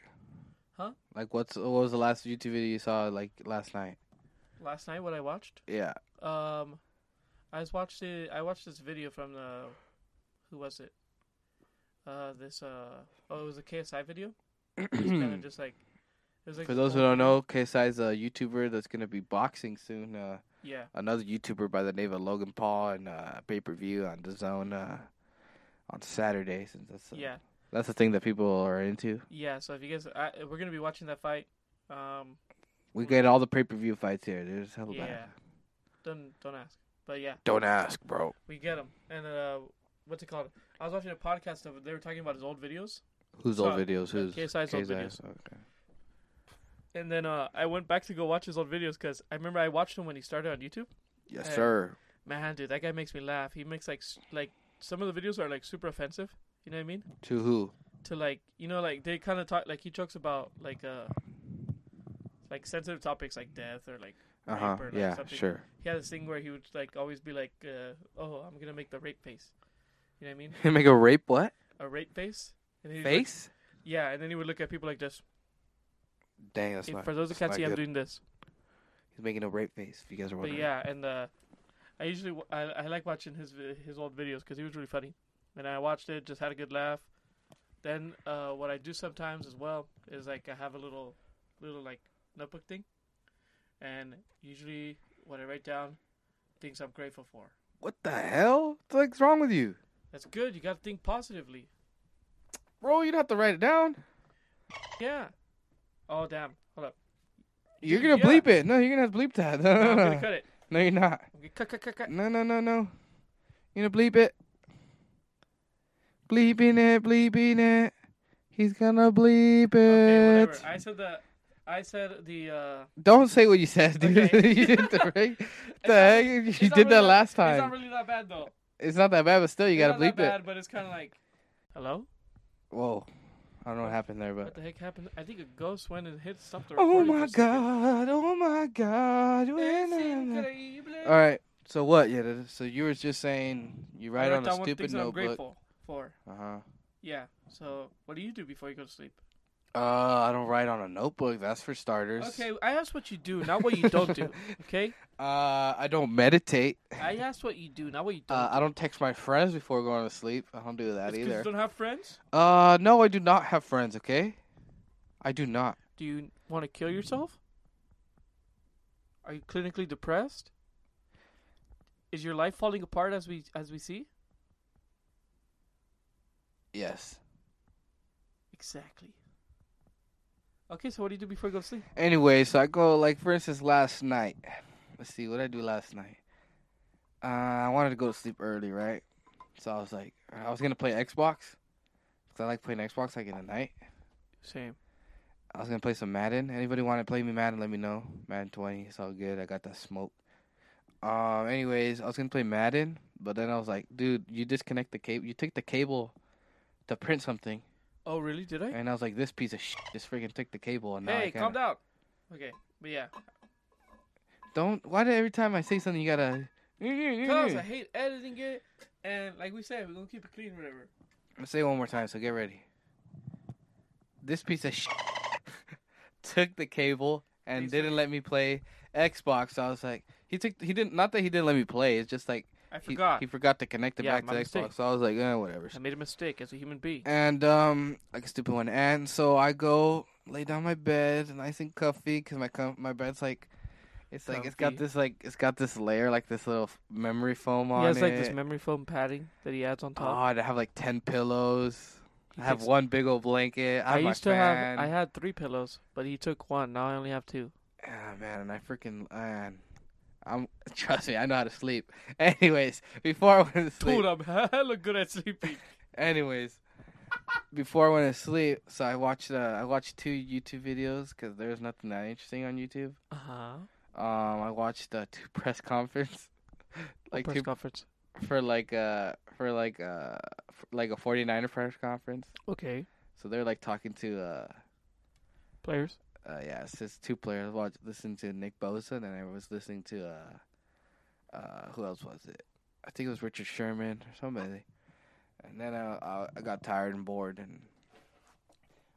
[SPEAKER 2] Huh?
[SPEAKER 1] Like what's what was the last YouTube video you saw like last night?
[SPEAKER 2] last night, what I watched.
[SPEAKER 1] Yeah.
[SPEAKER 2] Um, I was watched it. I watched this video from the, who was it? Uh, this uh, oh, it was a KSI video. kind of
[SPEAKER 1] For
[SPEAKER 2] just like, it was like
[SPEAKER 1] those who don't know, KSI's a YouTuber that's gonna be boxing soon. Uh,
[SPEAKER 2] Yeah,
[SPEAKER 1] another YouTuber by the name of Logan Paul and uh, pay per view on the zone uh, on Saturday. Since that's uh,
[SPEAKER 2] yeah,
[SPEAKER 1] that's the thing that people are into.
[SPEAKER 2] yeah. So if you guys, I, we're gonna be watching that fight. Um,
[SPEAKER 1] We get all the pay per view fights here. There's hell of
[SPEAKER 2] yeah.
[SPEAKER 1] yeah.
[SPEAKER 2] Don't don't ask. But yeah,
[SPEAKER 1] Don't ask, bro.
[SPEAKER 2] we get him. And uh, what's it called? I was watching a podcast of they were talking about his old videos.
[SPEAKER 1] Whose
[SPEAKER 2] So,
[SPEAKER 1] old videos? Who's
[SPEAKER 2] KSI's old videos.
[SPEAKER 1] Okay.
[SPEAKER 2] And then uh, I went back to go watch his old videos because I remember I watched him when he started on YouTube.
[SPEAKER 1] Yes,
[SPEAKER 2] Hey.
[SPEAKER 1] sir.
[SPEAKER 2] Man, dude, that guy makes me laugh. He makes like s- like some of the videos are like super offensive. You know what I mean?
[SPEAKER 1] To who?
[SPEAKER 2] To like you know like they kind of talk like he jokes about like uh like sensitive topics like death or like
[SPEAKER 1] Uh huh.
[SPEAKER 2] Raper, like
[SPEAKER 1] Yeah,
[SPEAKER 2] something.
[SPEAKER 1] sure.
[SPEAKER 2] he had this thing where he would like always be like uh, oh I'm gonna make the rape face. You know what I mean?
[SPEAKER 1] Make a rape what?
[SPEAKER 2] A rape face. And then he'd look-
[SPEAKER 1] Face?
[SPEAKER 2] yeah, and then he would look at people like this.
[SPEAKER 1] Dang, that's
[SPEAKER 2] Hey,
[SPEAKER 1] not.
[SPEAKER 2] for those who
[SPEAKER 1] that's
[SPEAKER 2] can't
[SPEAKER 1] not
[SPEAKER 2] see, I'm
[SPEAKER 1] good.
[SPEAKER 2] doing this.
[SPEAKER 1] He's making a rape face. If you guys are
[SPEAKER 2] But
[SPEAKER 1] wondering.
[SPEAKER 2] yeah, and uh, I usually w- I, I like watching his vi- his old videos because he was really funny, and I watched it, just had a good laugh. Then uh, what I do sometimes as well is like I have a little little like notebook thing, and usually what I write down, things I'm grateful for.
[SPEAKER 1] What the hell? What's like, wrong with you,
[SPEAKER 2] That's good. You got to think positively.
[SPEAKER 1] bro? You don't have to write it down.
[SPEAKER 2] Yeah. Oh damn! Hold up.
[SPEAKER 1] You're
[SPEAKER 2] Dude,
[SPEAKER 1] gonna
[SPEAKER 2] yeah.
[SPEAKER 1] bleep it. No, you're gonna have to bleep that. No,
[SPEAKER 2] No,
[SPEAKER 1] no,
[SPEAKER 2] I'm
[SPEAKER 1] no.
[SPEAKER 2] gonna cut it.
[SPEAKER 1] No, you're not.
[SPEAKER 2] I'm gonna cut, cut, cut, cut.
[SPEAKER 1] No, no, no, no. You gonna bleep it? Bleeping it, bleeping it. He's gonna bleep it.
[SPEAKER 2] Okay, whatever. I said the, I said the. Uh,
[SPEAKER 1] Don't say what you said, dude.
[SPEAKER 2] Okay.
[SPEAKER 1] you did the, right? the
[SPEAKER 2] not-
[SPEAKER 1] heck?
[SPEAKER 2] it's
[SPEAKER 1] You
[SPEAKER 2] not
[SPEAKER 1] did that
[SPEAKER 2] really that-
[SPEAKER 1] last
[SPEAKER 2] It's
[SPEAKER 1] time.
[SPEAKER 2] not really that bad though.
[SPEAKER 1] It's not that bad, but still, you
[SPEAKER 2] It's
[SPEAKER 1] gotta
[SPEAKER 2] not
[SPEAKER 1] bleep
[SPEAKER 2] that bad,
[SPEAKER 1] it.
[SPEAKER 2] but it's kind of like, hello.
[SPEAKER 1] Whoa, I don't know what happened there, but
[SPEAKER 2] What the heck happened? I think a ghost went and hit stopped the
[SPEAKER 1] oh
[SPEAKER 2] recording for
[SPEAKER 1] my
[SPEAKER 2] a second.
[SPEAKER 1] god, oh my god. when
[SPEAKER 2] It's
[SPEAKER 1] I'm-
[SPEAKER 2] incredible.
[SPEAKER 1] All right, so what? Yeah, that- so you were just saying you
[SPEAKER 2] I
[SPEAKER 1] write
[SPEAKER 2] wrote
[SPEAKER 1] on a
[SPEAKER 2] down what
[SPEAKER 1] stupid
[SPEAKER 2] things I'm
[SPEAKER 1] notebook.
[SPEAKER 2] grateful for.
[SPEAKER 1] Uh huh.
[SPEAKER 2] Yeah. So, what do you do before you go to sleep?
[SPEAKER 1] Uh, I don't write on a notebook. That's for starters.
[SPEAKER 2] Okay, I asked what you do, not what you don't do. Okay,
[SPEAKER 1] Uh, I don't meditate.
[SPEAKER 2] I asked what you do, not what you don't.
[SPEAKER 1] Uh,
[SPEAKER 2] do.
[SPEAKER 1] I don't text my friends before going to sleep. I don't do that
[SPEAKER 2] It's 'cause
[SPEAKER 1] either.
[SPEAKER 2] You don't have friends.
[SPEAKER 1] Uh, no, I do not have friends. Okay, I do not.
[SPEAKER 2] Do you want to kill yourself? Are you clinically depressed? Is your life falling apart as we as we see?
[SPEAKER 1] Yes.
[SPEAKER 2] Exactly. Okay, so what do you do before you go to sleep?
[SPEAKER 1] Anyway, so I go like for instance last night. Let's see what did I do last night. Uh, I wanted to go to sleep early, right? So I was like, I was gonna play Xbox, cause I like playing Xbox like in the night.
[SPEAKER 2] Same.
[SPEAKER 1] I was gonna play some Madden. Anybody want to play me Madden? Let me know. Madden 20, it's all good. I got that smoke. Um. Anyways, I was gonna play Madden, but then I was like, dude, you disconnect the cable. You took the cable to print something,
[SPEAKER 2] Oh, really? Did I?
[SPEAKER 1] and I was like, this piece of shit just freaking took the cable. And now Uh, I
[SPEAKER 2] Hey,
[SPEAKER 1] can't.
[SPEAKER 2] calm down. Okay, but yeah,
[SPEAKER 1] Don't. Why did every time I say something you gotta?
[SPEAKER 2] cause I hate editing it, and like we said, we're gonna keep it clean, whatever.
[SPEAKER 1] Let's say it one more time. So get ready. This piece of shit took the cable and
[SPEAKER 2] Piece of
[SPEAKER 1] didn't let me play Xbox. So I was like, he took he didn't not that he didn't let me play. It's just like
[SPEAKER 2] I
[SPEAKER 1] He,
[SPEAKER 2] forgot.
[SPEAKER 1] he forgot to connect it
[SPEAKER 2] Yeah,
[SPEAKER 1] back to
[SPEAKER 2] my
[SPEAKER 1] the
[SPEAKER 2] mistake.
[SPEAKER 1] Xbox. So I was like, eh, whatever.
[SPEAKER 2] I made a mistake as a human being.
[SPEAKER 1] And um, like a stupid one. And so I go lay down my bed, nice and comfy, cause my com- my bed's like, it's like it's got
[SPEAKER 2] Comfy.
[SPEAKER 1] this like it's got this layer like this little f- memory foam on
[SPEAKER 2] He has
[SPEAKER 1] it.
[SPEAKER 2] like this memory foam padding that he adds on
[SPEAKER 1] oh,
[SPEAKER 2] top.
[SPEAKER 1] and I have like ten pillows.
[SPEAKER 2] He
[SPEAKER 1] I have
[SPEAKER 2] takes-
[SPEAKER 1] one big old blanket. I,
[SPEAKER 2] I
[SPEAKER 1] have my
[SPEAKER 2] used to
[SPEAKER 1] fan.
[SPEAKER 2] have. I had three pillows, but he took one. Now I only have two.
[SPEAKER 1] Ah man, and I freaking man, I'm trust me, I know how to sleep. Anyways, before I went to sleep,
[SPEAKER 2] I'm hella good at sleeping.
[SPEAKER 1] anyways, before I went to sleep, so I watched uh, I watched two YouTube videos because there's nothing that interesting on YouTube.
[SPEAKER 2] Uh huh.
[SPEAKER 1] Um, I watched uh, two press conference, like
[SPEAKER 2] Press
[SPEAKER 1] two
[SPEAKER 2] conference.
[SPEAKER 1] for like uh for like uh for, like a 49er press conference.
[SPEAKER 2] Okay.
[SPEAKER 1] So they're like talking to uh
[SPEAKER 2] Players.
[SPEAKER 1] uh yeah, it's just two players. Watch listen to Nick Bosa, and then I was listening to uh uh who else was it? I think it was Richard Sherman or somebody. And then I I, I got tired and bored and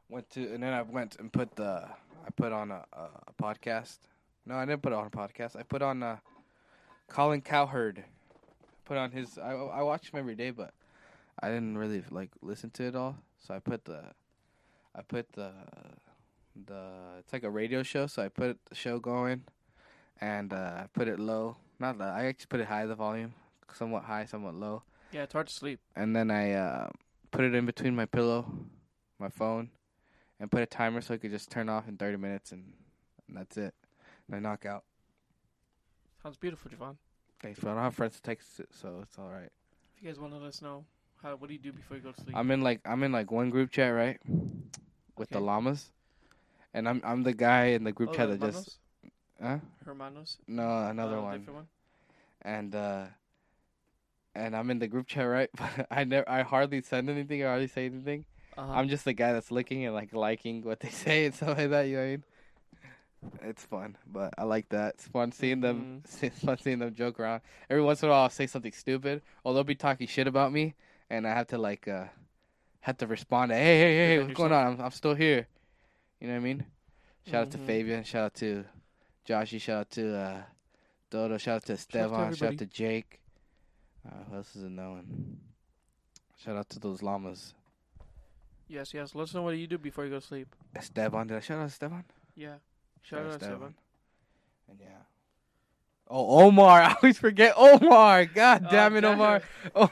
[SPEAKER 1] went to and then I went and put the I put on a, a, a podcast. No, I didn't put on a podcast. I put on uh Colin Cowherd. Put on his I I watch him every day, but I didn't really like listen to it all. So I put the I put the the it's like a radio show, so I put the show going and uh I put it low. Not low. I actually put it high the volume, somewhat high, somewhat low.
[SPEAKER 2] Yeah, it's hard to sleep.
[SPEAKER 1] And then I uh put it in between my pillow, my phone, and put a timer so I could just turn off in 30 minutes and, and that's it. And I knock out.
[SPEAKER 2] Sounds beautiful, Javon.
[SPEAKER 1] Thanks, but I don't have friends to text it, so it's all right.
[SPEAKER 2] If you guys want to let us know, how what do you do before you go to sleep?
[SPEAKER 1] I'm in like I'm in like one group chat, right? With the
[SPEAKER 2] Okay.
[SPEAKER 1] llamas. And I'm I'm the guy in the group
[SPEAKER 2] Oh,
[SPEAKER 1] chat that
[SPEAKER 2] hermanos?
[SPEAKER 1] just huh?
[SPEAKER 2] hermanos.
[SPEAKER 1] No, another
[SPEAKER 2] Uh,
[SPEAKER 1] one.
[SPEAKER 2] Different one.
[SPEAKER 1] and uh and I'm in the group chat, right? But I never, I hardly send anything or hardly say anything.
[SPEAKER 2] Uh-huh.
[SPEAKER 1] I'm just the guy that's looking and like liking what they say and stuff like that. You know what I mean? It's fun, but I like that. It's fun seeing them. It's fun seeing them joke around. Every once in a while, I'll say something stupid, or they'll be talking shit about me, and I have to like uh have to respond. To, hey, hey, hey, hey,
[SPEAKER 2] Defend
[SPEAKER 1] what's going on? I'm I'm still here. You know what I mean? Shout out
[SPEAKER 2] Mhm.
[SPEAKER 1] to Fabian. Shout out to Joshy. Shout out to uh, Dodo. Shout out to Esteban. Shout
[SPEAKER 2] everybody.
[SPEAKER 1] out to Jake. Uh, who else is in that one? Shout out to those llamas.
[SPEAKER 2] Yes, yes. Let us know what you do before you go to sleep.
[SPEAKER 1] Esteban. Did I shout out Esteban?
[SPEAKER 2] Yeah. Shout out, Esteban.
[SPEAKER 1] And yeah. Oh, Omar. I always forget Omar. God
[SPEAKER 2] Oh,
[SPEAKER 1] damn it,
[SPEAKER 2] damn
[SPEAKER 1] Omar. Oh,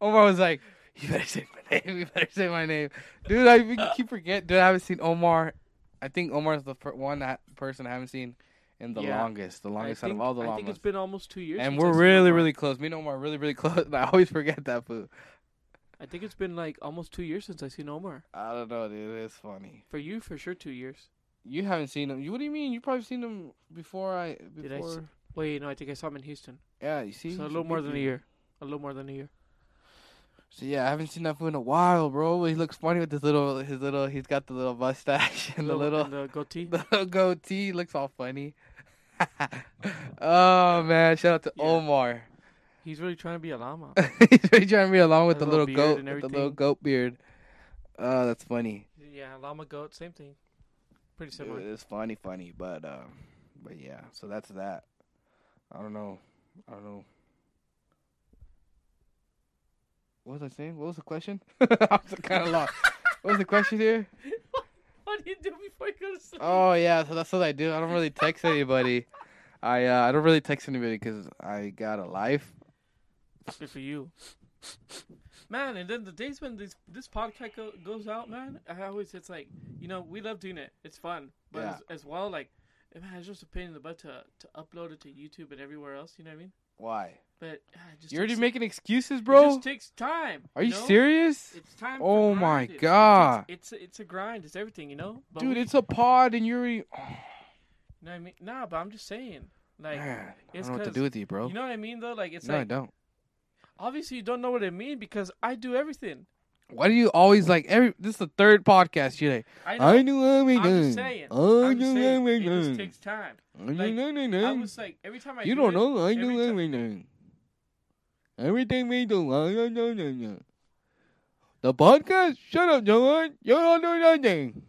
[SPEAKER 1] Omar was like, you better say my name. You better say my name. Dude, I even keep forgetting. Dude, I haven't seen Omar. I think Omar's the per- one that person I haven't seen in the
[SPEAKER 2] Yeah.
[SPEAKER 1] longest. The
[SPEAKER 2] I
[SPEAKER 1] longest out of
[SPEAKER 2] think,
[SPEAKER 1] all the
[SPEAKER 2] I
[SPEAKER 1] llamas.
[SPEAKER 2] think it's been almost two years.
[SPEAKER 1] and
[SPEAKER 2] since I
[SPEAKER 1] we're
[SPEAKER 2] seen
[SPEAKER 1] really,
[SPEAKER 2] Omar.
[SPEAKER 1] really close. Me and Omar are really, really close. And I always forget that food.
[SPEAKER 2] I think it's been like almost two years since I seen Omar.
[SPEAKER 1] I don't know, dude. It's funny.
[SPEAKER 2] For you, for sure, two years.
[SPEAKER 1] You haven't seen him. You, what do you mean? You probably seen him before I.
[SPEAKER 2] Did
[SPEAKER 1] Before.
[SPEAKER 2] I see- Wait, no, I think I saw him in Houston.
[SPEAKER 1] Yeah, you see.
[SPEAKER 2] so a
[SPEAKER 1] It's
[SPEAKER 2] little more
[SPEAKER 1] big
[SPEAKER 2] than a
[SPEAKER 1] deal.
[SPEAKER 2] year. A little more than a year.
[SPEAKER 1] So yeah, I haven't seen that fool in a while, bro. He looks funny with his little, his little. He's got the little mustache and the little,
[SPEAKER 2] and the goatee.
[SPEAKER 1] the little goatee. He looks all funny. oh man! Shout out to
[SPEAKER 2] Yeah.
[SPEAKER 1] Omar.
[SPEAKER 2] He's really trying to be a llama.
[SPEAKER 1] he's really trying to be along with
[SPEAKER 2] That
[SPEAKER 1] the
[SPEAKER 2] little
[SPEAKER 1] little,
[SPEAKER 2] beard
[SPEAKER 1] goat,
[SPEAKER 2] and
[SPEAKER 1] with the little
[SPEAKER 2] everything.
[SPEAKER 1] goat beard. Oh, that's funny.
[SPEAKER 2] yeah, llama, goat, same thing. Pretty similar.
[SPEAKER 1] It's funny, funny, but um, but yeah. So that's that. I don't know. I don't know. What was I saying? What was the question? I was kind of lost. what was the question here?
[SPEAKER 2] what do you do before you go to sleep?
[SPEAKER 1] Oh yeah, so that's what I do. I don't really text anybody. I uh, I don't really text anybody because I got a life.
[SPEAKER 2] Good for you. Man, and then the days when this this podcast go, goes out, man, I always it's like you know we love doing it. It's fun, but
[SPEAKER 1] Yeah.
[SPEAKER 2] as, as well, like man, it's just a pain in the butt to to upload it to YouTube and everywhere else. You know what I mean?
[SPEAKER 1] Why?
[SPEAKER 2] But ah, it just
[SPEAKER 1] You're already
[SPEAKER 2] takes-
[SPEAKER 1] making excuses,
[SPEAKER 2] It
[SPEAKER 1] bro.
[SPEAKER 2] just takes time.
[SPEAKER 1] Are you
[SPEAKER 2] know?
[SPEAKER 1] serious?
[SPEAKER 2] It's time. to
[SPEAKER 1] Oh
[SPEAKER 2] grind
[SPEAKER 1] my
[SPEAKER 2] it. It takes-
[SPEAKER 1] God.
[SPEAKER 2] It's a- it's a grind. It's everything, you know. But
[SPEAKER 1] Dude,
[SPEAKER 2] we-
[SPEAKER 1] it's a pod, and you're. already-
[SPEAKER 2] you know what I mean. Nah, but I'm just saying, like,
[SPEAKER 1] Man, I don't
[SPEAKER 2] it's
[SPEAKER 1] know what to
[SPEAKER 2] 'cause-
[SPEAKER 1] do with you, bro.
[SPEAKER 2] you know what I mean, though. Like, it's
[SPEAKER 1] no, I
[SPEAKER 2] like
[SPEAKER 1] don't.
[SPEAKER 2] obviously you don't know what I mean because I do everything.
[SPEAKER 1] Why do you always like every? This is the third podcast you're like.
[SPEAKER 2] I know.
[SPEAKER 1] I knew I'm
[SPEAKER 2] I'm just saying.
[SPEAKER 1] I
[SPEAKER 2] I'm just
[SPEAKER 1] knew
[SPEAKER 2] saying,
[SPEAKER 1] I'm
[SPEAKER 2] it just takes time. like, I was like, every time I
[SPEAKER 1] You
[SPEAKER 2] do
[SPEAKER 1] don't
[SPEAKER 2] it,
[SPEAKER 1] know. I
[SPEAKER 2] every
[SPEAKER 1] knew
[SPEAKER 2] ti-
[SPEAKER 1] everything. Everything we do. I don't know nothing. The podcast. Shut up, John. You don't know nothing.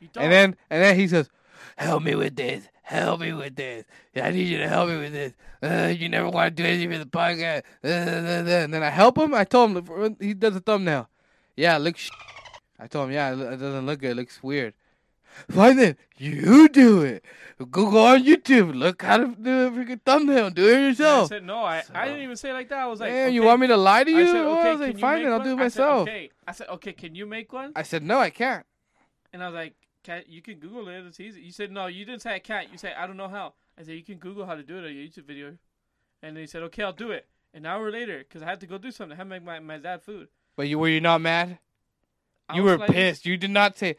[SPEAKER 2] You don't.
[SPEAKER 1] And then and then he says, help me with this. Help me with this. I need you to help me with this. Uh, you never want to do anything for the podcast. Uh, uh, uh, uh." And then I help him. I told him he does a thumbnail. Yeah, it looks. Sh-. I told him, yeah, it lo- it doesn't look good. It looks weird. Fine then, you do it. Go go on YouTube. Look how to do a freaking thumbnail. Do it
[SPEAKER 2] And I
[SPEAKER 1] yourself.
[SPEAKER 2] said no. I, I didn't
[SPEAKER 1] So-
[SPEAKER 2] even say it like that. I was like,
[SPEAKER 1] Man,
[SPEAKER 2] okay.
[SPEAKER 1] you want me to lie to you?
[SPEAKER 2] I said,
[SPEAKER 1] Well,
[SPEAKER 2] okay,
[SPEAKER 1] I was like,
[SPEAKER 2] can you
[SPEAKER 1] fine,
[SPEAKER 2] make
[SPEAKER 1] then I'll
[SPEAKER 2] one?"
[SPEAKER 1] do it
[SPEAKER 2] I said,
[SPEAKER 1] myself.
[SPEAKER 2] okay. I said, okay, can you make one?
[SPEAKER 1] I said, no, I can't.
[SPEAKER 2] And I was like, can you can Google it. It's easy. You said no. You didn't say I can't. You said I don't know how. I said you can Google how to do it on your YouTube video. And then he said, okay, I'll do it. An hour later, because I had to go do something. I had to make my, my dad food.
[SPEAKER 1] But you were you not mad?
[SPEAKER 2] I
[SPEAKER 1] You
[SPEAKER 2] was
[SPEAKER 1] were
[SPEAKER 2] like-
[SPEAKER 1] pissed. You did not say,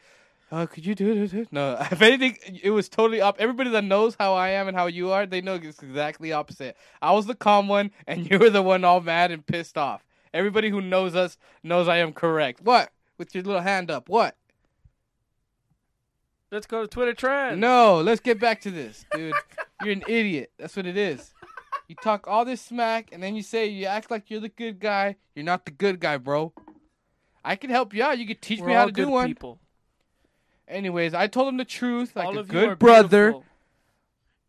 [SPEAKER 1] "Oh, could you do it?" No, if anything, it was totally up. Everybody that knows how I am and how you are, they know it's exactly opposite. I was the calm one, and you were the one all mad and pissed off. Everybody who knows us knows I am correct. What? With your little hand up? What?
[SPEAKER 2] Let's go to Twitter trend.
[SPEAKER 1] No, let's get back to this, dude. You're an idiot. That's what it is. You talk all this smack, and then you say you act like you're the good guy. You're not the good guy, bro. I can help you out. You can teach
[SPEAKER 2] We're
[SPEAKER 1] me how
[SPEAKER 2] all
[SPEAKER 1] to do
[SPEAKER 2] good
[SPEAKER 1] one.
[SPEAKER 2] people.
[SPEAKER 1] Anyways, I told him the truth like
[SPEAKER 2] all
[SPEAKER 1] a
[SPEAKER 2] of you are
[SPEAKER 1] good brother.
[SPEAKER 2] beautiful.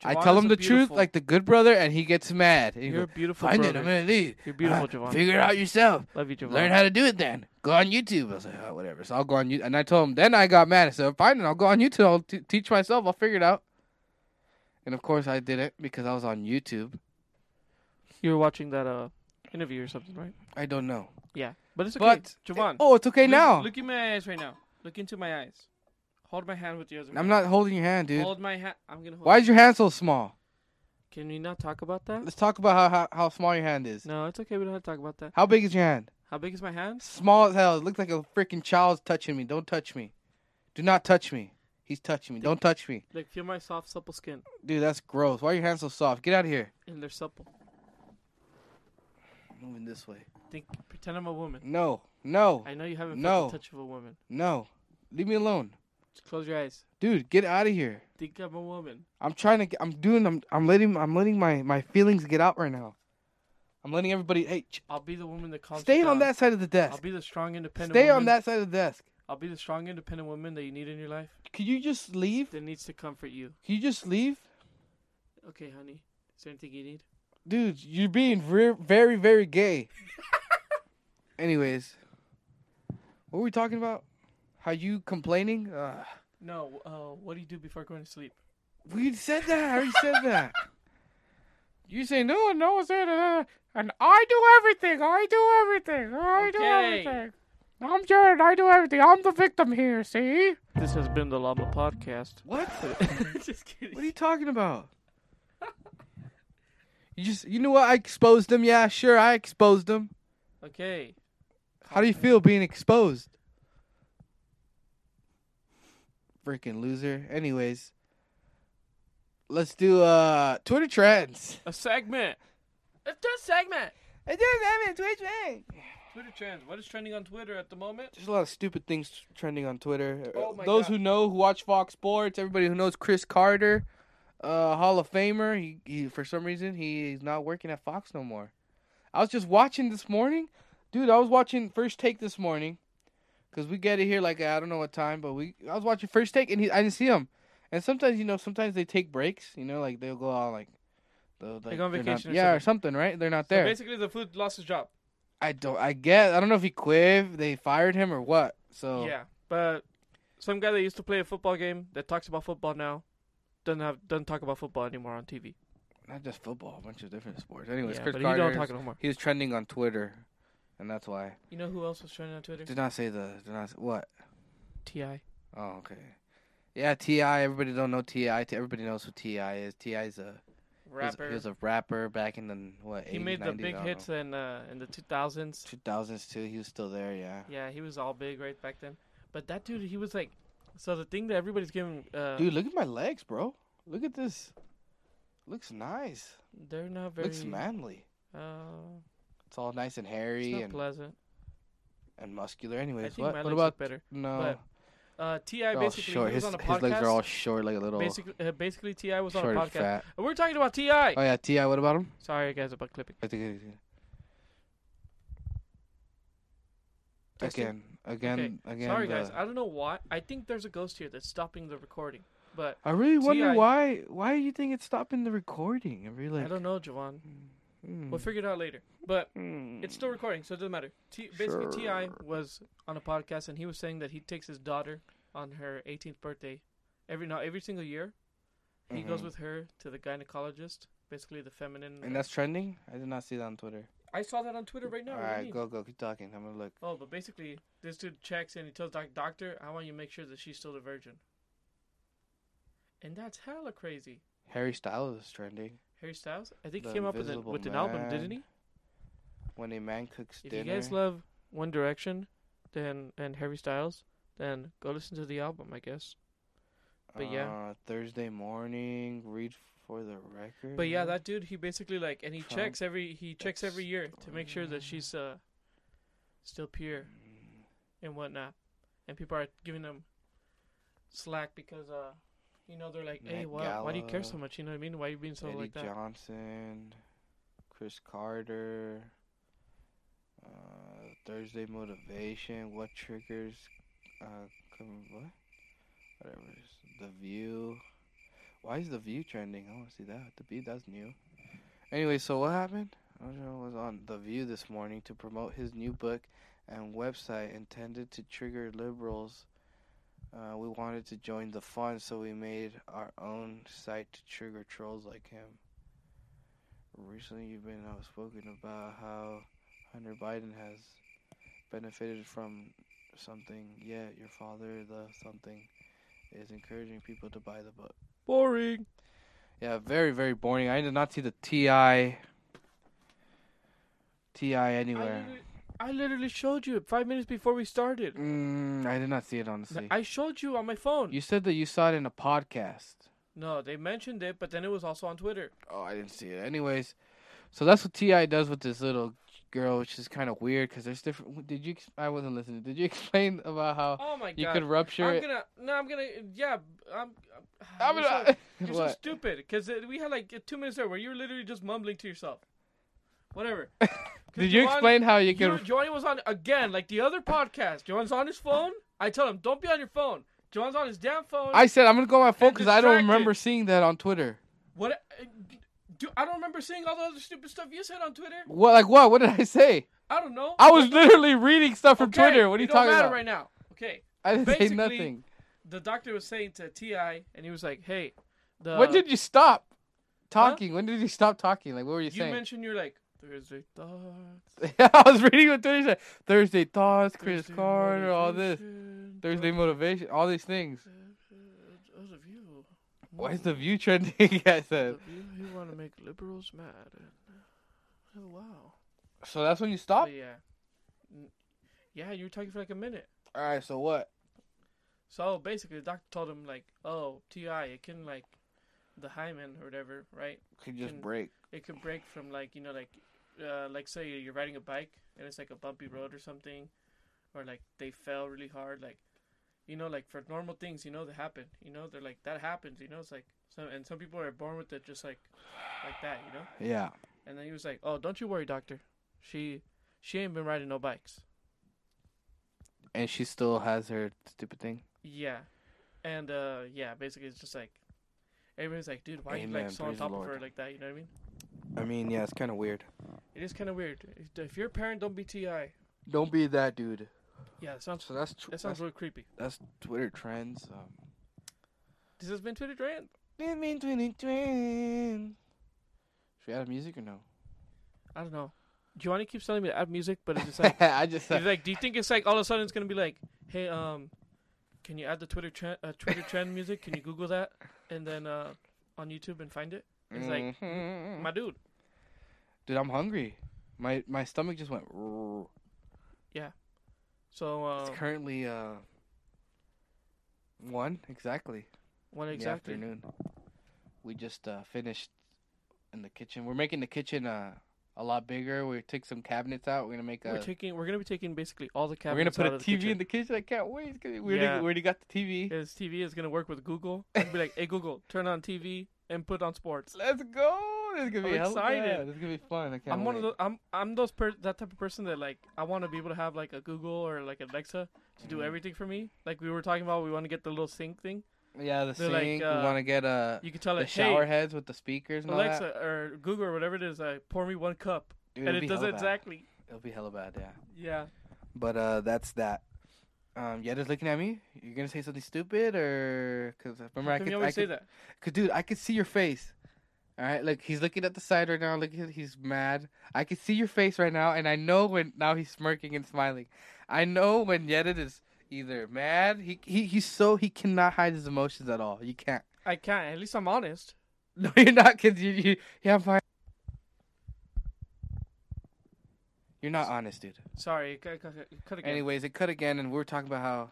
[SPEAKER 1] I
[SPEAKER 2] Javon
[SPEAKER 1] tell
[SPEAKER 2] is
[SPEAKER 1] him
[SPEAKER 2] a
[SPEAKER 1] the
[SPEAKER 2] beautiful-
[SPEAKER 1] truth like the good brother, and he gets mad. And he
[SPEAKER 2] you're a
[SPEAKER 1] goes,
[SPEAKER 2] beautiful
[SPEAKER 1] Fine, then,
[SPEAKER 2] brother.
[SPEAKER 1] I'm gonna leave.
[SPEAKER 2] You're beautiful,
[SPEAKER 1] Uh,
[SPEAKER 2] Javon.
[SPEAKER 1] Figure it out yourself.
[SPEAKER 2] Love you, Javon.
[SPEAKER 1] Learn how to do it then. Go on YouTube. I was like, oh, whatever. So I'll go on YouTube. And I told him, then I got mad. I said, fine, then I'll go on YouTube. I'll t- teach myself. I'll figure it out. And of course, I didn't because I was on YouTube.
[SPEAKER 2] you were watching that uh interview or something, right?
[SPEAKER 1] I don't know.
[SPEAKER 2] Yeah, but it's okay,
[SPEAKER 1] But-
[SPEAKER 2] Javon.
[SPEAKER 1] Oh, it's okay
[SPEAKER 2] look,
[SPEAKER 1] now.
[SPEAKER 2] Look in my eyes right now. Look into my eyes. Hold my hand with yours.
[SPEAKER 1] I'm not holding your hand, dude.
[SPEAKER 2] Hold my hand. I'm gonna hold.
[SPEAKER 1] Why is your hand so small?
[SPEAKER 2] Can we not talk about that?
[SPEAKER 1] Let's talk about how, how, how small your hand is.
[SPEAKER 2] No, it's okay. We don't have to talk about that.
[SPEAKER 1] How big is your hand?
[SPEAKER 2] How big is my hand?
[SPEAKER 1] Small as hell. It looks like a freaking child's touching me. Don't touch me. Do not touch me. He's touching me. Don't touch me.
[SPEAKER 2] Like feel my soft, supple skin,
[SPEAKER 1] Dude, that's gross. Why are your hands so soft? Get out of here.
[SPEAKER 2] and they're supple.
[SPEAKER 1] Moving this way.
[SPEAKER 2] Think, pretend I'm a woman.
[SPEAKER 1] No. No.
[SPEAKER 2] I know you haven't
[SPEAKER 1] No.
[SPEAKER 2] felt the touch of a woman.
[SPEAKER 1] No. Leave me alone.
[SPEAKER 2] Just close your eyes.
[SPEAKER 1] Dude, get out of here.
[SPEAKER 2] Think I'm a woman.
[SPEAKER 1] I'm trying to get, I'm doing I'm I'm letting I'm letting my my feelings get out right now. I'm letting everybody hey, ch-
[SPEAKER 2] I'll be the woman that calms. you
[SPEAKER 1] stay on
[SPEAKER 2] down.
[SPEAKER 1] that side of the
[SPEAKER 2] I'll
[SPEAKER 1] desk.
[SPEAKER 2] be the strong, independent.
[SPEAKER 1] Stay on
[SPEAKER 2] woman-
[SPEAKER 1] that side of the desk.
[SPEAKER 2] I'll be the strong, independent woman that you need in your life
[SPEAKER 1] Can you just leave?
[SPEAKER 2] that needs to comfort you.
[SPEAKER 1] Can you just leave?
[SPEAKER 2] Okay, honey. Is there anything you need?
[SPEAKER 1] Dude, you're being ver- very very gay. Anyways, what were we talking about? How you complaining? Uh,
[SPEAKER 2] No. Uh, what do you do before going to sleep?
[SPEAKER 1] we said that. I already said that. You say no, no, I said uh, and I do everything. I do everything. I do
[SPEAKER 2] Okay.
[SPEAKER 1] everything. I'm Jared. I do everything. I'm the victim here. See?
[SPEAKER 2] This has been the Llama Podcast.
[SPEAKER 1] What?
[SPEAKER 2] Just kidding.
[SPEAKER 1] what are you talking about? You just, you know what? I exposed them. Yeah, sure, I exposed them.
[SPEAKER 2] Okay.
[SPEAKER 1] How do you feel being exposed? Freaking loser. Anyways, let's do uh Twitter trends.
[SPEAKER 2] A segment. Let's do a segment.
[SPEAKER 1] I do have Twitter trends.
[SPEAKER 2] Twitter trends. What is trending on Twitter at the moment?
[SPEAKER 1] There's a lot of stupid things trending on Twitter. Uh,
[SPEAKER 2] Oh my
[SPEAKER 1] Those
[SPEAKER 2] God.
[SPEAKER 1] who know, who watch Fox Sports, everybody who knows Chris Carter, uh, Hall of Famer. He, he for some reason he's not working at Fox no more. I was just watching this morning, dude. I was watching First Take this morning, cause we get it here like I don't know what time, but we I was watching First Take and he I didn't see him. And sometimes you know, sometimes they take breaks. You know, like they'll go out like. They'll, like,
[SPEAKER 2] go on
[SPEAKER 1] they're not-
[SPEAKER 2] vacation or
[SPEAKER 1] yeah, or something, right? They're not
[SPEAKER 2] So
[SPEAKER 1] there.
[SPEAKER 2] basically, the food lost his job.
[SPEAKER 1] I don't. I guess I don't know if he quit, if they fired him, or what. So
[SPEAKER 2] Yeah, but some guy that used to play a football game that talks about football now doesn't have doesn't talk about football anymore on TV.
[SPEAKER 1] not just football, a bunch of different sports. Anyways,
[SPEAKER 2] yeah,
[SPEAKER 1] Chris
[SPEAKER 2] but
[SPEAKER 1] Carter,
[SPEAKER 2] you don't talk no more.
[SPEAKER 1] he was trending on Twitter, and that's why.
[SPEAKER 2] You know who else was trending on Twitter?
[SPEAKER 1] Did not say the did not say, what.
[SPEAKER 2] Ti.
[SPEAKER 1] Oh, okay. Yeah, Ti. Everybody don't know Ti. Everybody knows who Ti is. Ti is a he was,
[SPEAKER 2] Rapper.
[SPEAKER 1] he was a rapper back in the what?
[SPEAKER 2] he made the big hits in uh, in the 2000s.
[SPEAKER 1] Two thousands too. He was still there. Yeah.
[SPEAKER 2] Yeah, he was all big right back then. But that dude, he was like, so the thing that everybody's giving, uh,
[SPEAKER 1] Dude, look at my legs, bro. Look at this. Looks nice.
[SPEAKER 2] they're not very.
[SPEAKER 1] Looks manly.
[SPEAKER 2] Uh,
[SPEAKER 1] It's all nice and
[SPEAKER 2] it's
[SPEAKER 1] hairy
[SPEAKER 2] not
[SPEAKER 1] and,
[SPEAKER 2] pleasant.
[SPEAKER 1] and muscular.
[SPEAKER 2] I
[SPEAKER 1] Anyways,
[SPEAKER 2] think my
[SPEAKER 1] what? What
[SPEAKER 2] legs
[SPEAKER 1] about
[SPEAKER 2] look better.
[SPEAKER 1] no?
[SPEAKER 2] but Uh, Ti
[SPEAKER 1] they're all
[SPEAKER 2] basically he
[SPEAKER 1] short. His,
[SPEAKER 2] was on a podcast.
[SPEAKER 1] his legs are all short, like a little
[SPEAKER 2] basically, uh, basically Ti was on a
[SPEAKER 1] short and
[SPEAKER 2] podcast.
[SPEAKER 1] fat.
[SPEAKER 2] And we're talking about Ti.
[SPEAKER 1] Oh yeah, Ti. What about him?
[SPEAKER 2] Sorry guys about clipping.
[SPEAKER 1] I think it is, yeah.
[SPEAKER 2] Testing.
[SPEAKER 1] again, again, again.
[SPEAKER 2] Sorry
[SPEAKER 1] the- uh,
[SPEAKER 2] guys, I don't know why. I think there's a ghost here that's stopping the recording. But
[SPEAKER 1] I really
[SPEAKER 2] See,
[SPEAKER 1] wonder
[SPEAKER 2] I-
[SPEAKER 1] why why you think it's stopping the recording. I really
[SPEAKER 2] I don't know, Javon.
[SPEAKER 1] Mm,
[SPEAKER 2] We'll figure it out later. But
[SPEAKER 1] mm.
[SPEAKER 2] it's still recording, so it doesn't matter. T- basically, Ti
[SPEAKER 1] Sure.
[SPEAKER 2] was on a podcast and he was saying that he takes his daughter on her 18th birthday every now every single year. He goes
[SPEAKER 1] Mhm.
[SPEAKER 2] with her to the gynecologist, basically the feminine.
[SPEAKER 1] and that's trending. I did not see that on Twitter.
[SPEAKER 2] I saw that on Twitter right now.
[SPEAKER 1] All
[SPEAKER 2] what do you
[SPEAKER 1] right,
[SPEAKER 2] mean?
[SPEAKER 1] go go keep talking. I'm gonna look.
[SPEAKER 2] Oh, but basically, this dude checks and he tells doc- doctor, "I want you to make sure that she's still a virgin." And that's hella crazy.
[SPEAKER 1] Harry Styles is trending.
[SPEAKER 2] Harry Styles, I think
[SPEAKER 1] The
[SPEAKER 2] he came up with, an
[SPEAKER 1] Invisible
[SPEAKER 2] with an album, didn't
[SPEAKER 1] Man.
[SPEAKER 2] he?
[SPEAKER 1] When a man cooks
[SPEAKER 2] If
[SPEAKER 1] dinner.
[SPEAKER 2] you guys love One Direction, then and Harry Styles, then go listen to the album, I guess. but yeah.
[SPEAKER 1] uh, Thursday morning. Read for the record.
[SPEAKER 2] But yeah, that dude, he basically like, and he
[SPEAKER 1] Trump,
[SPEAKER 2] checks every he checks every
[SPEAKER 1] Mm-hmm. that's-
[SPEAKER 2] year to make sure that she's uh still pure
[SPEAKER 1] Hmm.
[SPEAKER 2] and whatnot, and people are giving him slack because uh. You know they're like, hey,
[SPEAKER 1] Met
[SPEAKER 2] why, why do you care
[SPEAKER 1] Gala,
[SPEAKER 2] so much? You know what I mean? Why you being so
[SPEAKER 1] Eddie
[SPEAKER 2] like that?
[SPEAKER 1] Johnson, Chris Carter, uh, Thursday motivation. What triggers? Uh, com- what? Whatever. it is. The View. Why is The View trending? I want to see that. The View that's new. Anyway, so what happened? Ojo was on The View this morning to promote his new book and website intended to trigger liberals. Uh, we wanted to join the fun, so we made our own site to trigger trolls like him. Recently, you've been outspoken about how Hunter Biden has benefited from something. Yeah, your father, the something, is encouraging people to buy the book.
[SPEAKER 2] Boring.
[SPEAKER 1] Yeah, very, very boring. I did not see the TI. TI
[SPEAKER 2] I
[SPEAKER 1] anywhere.
[SPEAKER 2] literally, I literally showed you it five minutes before we started.
[SPEAKER 1] Mm, I did not see it, honestly.
[SPEAKER 2] I showed you on my phone.
[SPEAKER 1] You said that you saw it in a podcast.
[SPEAKER 2] No, they mentioned it, but then it was also on Twitter.
[SPEAKER 1] Oh, I didn't see it. Anyways, so that's what Ti does with this little girl, which is kind of weird because there's different. Did you? ex- I wasn't listening. Did you explain about how
[SPEAKER 2] Oh my
[SPEAKER 1] you
[SPEAKER 2] god!
[SPEAKER 1] could rupture
[SPEAKER 2] I'm
[SPEAKER 1] it?
[SPEAKER 2] gonna no, I'm gonna yeah. I'm.
[SPEAKER 1] I'm
[SPEAKER 2] I'm you're so,
[SPEAKER 1] gonna-
[SPEAKER 2] you're so
[SPEAKER 1] what?
[SPEAKER 2] stupid because we had like two minutes there where you were literally just mumbling to yourself. Whatever. 'Cause
[SPEAKER 1] Did you
[SPEAKER 2] Johan-
[SPEAKER 1] explain how you
[SPEAKER 2] You
[SPEAKER 1] could?
[SPEAKER 2] know, Johnny was on again, like the other podcast. John's on his phone. I tell him, don't be on your phone. John's on his damn phone.
[SPEAKER 1] I said I'm gonna go on my phone because I don't
[SPEAKER 2] distracted.
[SPEAKER 1] remember seeing that on Twitter.
[SPEAKER 2] what? Do, I don't remember seeing all the other stupid stuff you said on Twitter.
[SPEAKER 1] What? Like what? What did I say?
[SPEAKER 2] I don't know.
[SPEAKER 1] I was literally reading stuff from
[SPEAKER 2] Okay,
[SPEAKER 1] Twitter. What are
[SPEAKER 2] it
[SPEAKER 1] you
[SPEAKER 2] don't
[SPEAKER 1] talking
[SPEAKER 2] matter
[SPEAKER 1] about?
[SPEAKER 2] right now? Okay,
[SPEAKER 1] I didn't say
[SPEAKER 2] Basically,
[SPEAKER 1] nothing.
[SPEAKER 2] the doctor was saying to Ti, and he was like, "Hey, the
[SPEAKER 1] when did you stop talking? When did you stop talking? Like what were you,
[SPEAKER 2] you
[SPEAKER 1] saying?
[SPEAKER 2] mentioned you're like Thursday thoughts,
[SPEAKER 1] I was reading what Twitter said. Thursday thoughts, Chris
[SPEAKER 2] Thursday
[SPEAKER 1] Carter, all this.
[SPEAKER 2] motivation,
[SPEAKER 1] Thursday motivation, all these things.
[SPEAKER 2] uh, Those of you,
[SPEAKER 1] Why is the view trending? I said.
[SPEAKER 2] those of you who want to make liberals mad? oh wow,
[SPEAKER 1] So that's when you stop.
[SPEAKER 2] But yeah, N- yeah, you were talking for like a minute.
[SPEAKER 1] All right. So what?
[SPEAKER 2] So basically, the doctor told him like, "Oh, Ti, it can like the hymen or whatever, right?
[SPEAKER 1] Could
[SPEAKER 2] just Can-
[SPEAKER 1] break.
[SPEAKER 2] it could break from like you know like uh, like say you're riding a bike and it's like a bumpy road or something or like they fell really hard like you know like for normal things you know that happen you know they're like that happens you know it's like some and some people are born with it just like like that you know
[SPEAKER 1] Yeah.
[SPEAKER 2] and then he was like oh don't you worry doctor she she ain't been riding no bikes
[SPEAKER 1] And she still has her stupid thing.
[SPEAKER 2] yeah and uh yeah basically it's just like everybody's like dude why are you
[SPEAKER 1] Amen.
[SPEAKER 2] like so on
[SPEAKER 1] Praise the
[SPEAKER 2] top of
[SPEAKER 1] Lord.
[SPEAKER 2] her like that you know what i mean
[SPEAKER 1] I mean, yeah, it's kind of weird.
[SPEAKER 2] it is kind of weird If- if you're a parent don't be ti yeah
[SPEAKER 1] Don't be that dude.
[SPEAKER 2] that sounds
[SPEAKER 1] So that's tw-
[SPEAKER 2] that sounds
[SPEAKER 1] that's,
[SPEAKER 2] really creepy
[SPEAKER 1] that's Twitter trends. Um.
[SPEAKER 2] This has been Twitter Trend.
[SPEAKER 1] Twin, twin, twin, twin. Should we add music or no?
[SPEAKER 2] I don't know. Giovanni keeps telling me to add music, but it's just like
[SPEAKER 1] I just
[SPEAKER 2] he's like, do you think it's like all of a sudden it's gonna be like, hey, um, can you add the Twitter trend, uh, Twitter trend music? Can you Google that and then uh, on YouTube and find it? He's like,
[SPEAKER 1] Mhm.
[SPEAKER 2] My dude,
[SPEAKER 1] dude, I'm hungry. My my stomach just went.
[SPEAKER 2] Oh.
[SPEAKER 1] "Roar."
[SPEAKER 2] so uh,
[SPEAKER 1] It's currently uh one exactly.
[SPEAKER 2] one
[SPEAKER 1] in the
[SPEAKER 2] exactly.
[SPEAKER 1] afternoon. We just uh, finished in the kitchen. We're making the kitchen uh, a lot bigger. We took some cabinets out. We're gonna make a.
[SPEAKER 2] We're taking, we're gonna be taking basically all the
[SPEAKER 1] we're
[SPEAKER 2] cabinets.
[SPEAKER 1] gonna put a
[SPEAKER 2] out of
[SPEAKER 1] TV
[SPEAKER 2] the
[SPEAKER 1] in the kitchen. I can't wait. It's gonna- We already,
[SPEAKER 2] Yeah.
[SPEAKER 1] we already got the TV.
[SPEAKER 2] His TV is gonna work with Google. It'll be like, hey Google, turn on TV and put on sports.
[SPEAKER 1] Let's go. This is gonna
[SPEAKER 2] I'm
[SPEAKER 1] be hella
[SPEAKER 2] excited.
[SPEAKER 1] bad. This is gonna be fun. I can't.
[SPEAKER 2] I'm
[SPEAKER 1] wait.
[SPEAKER 2] one of those. I'm I'm those per- that type of person that like I want to be able to have like a Google or like Alexa to do
[SPEAKER 1] Mhm.
[SPEAKER 2] everything for me. Like we were talking about, we want to get the little sync thing.
[SPEAKER 1] Yeah, the
[SPEAKER 2] They're like,
[SPEAKER 1] sink.
[SPEAKER 2] uh,
[SPEAKER 1] we want to get uh,
[SPEAKER 2] You can tell
[SPEAKER 1] the
[SPEAKER 2] it,
[SPEAKER 1] shower
[SPEAKER 2] hey,
[SPEAKER 1] heads with the speakers and all
[SPEAKER 2] Alexa
[SPEAKER 1] that.
[SPEAKER 2] or Google or whatever it is, uh, pour me one cup,
[SPEAKER 1] Dude,
[SPEAKER 2] and
[SPEAKER 1] it'll
[SPEAKER 2] it
[SPEAKER 1] be
[SPEAKER 2] does
[SPEAKER 1] hella
[SPEAKER 2] it
[SPEAKER 1] bad.
[SPEAKER 2] exactly.
[SPEAKER 1] It'll be hella bad, yeah.
[SPEAKER 2] Yeah.
[SPEAKER 1] But uh, that's that. Um, yeah, just looking at me. You're gonna say something stupid, or because remember
[SPEAKER 2] How
[SPEAKER 1] I
[SPEAKER 2] come
[SPEAKER 1] could,
[SPEAKER 2] you
[SPEAKER 1] I
[SPEAKER 2] always say
[SPEAKER 1] could,
[SPEAKER 2] that?
[SPEAKER 1] Cause dude, I could see your face. All right, look, he's looking at the side right now. Look, he- he's mad. I can see your face right now, and I know when now he's smirking and smiling. I know when Yedid is either mad. He he he's so he cannot hide his emotions at all. You can't.
[SPEAKER 2] I can't. At least I'm honest.
[SPEAKER 1] No, you're not. Cause you you yeah, I'm fine. You're not honest, dude.
[SPEAKER 2] Sorry. Cut, cut, cut, cut again.
[SPEAKER 1] Anyways, it cut again, and we were talking about how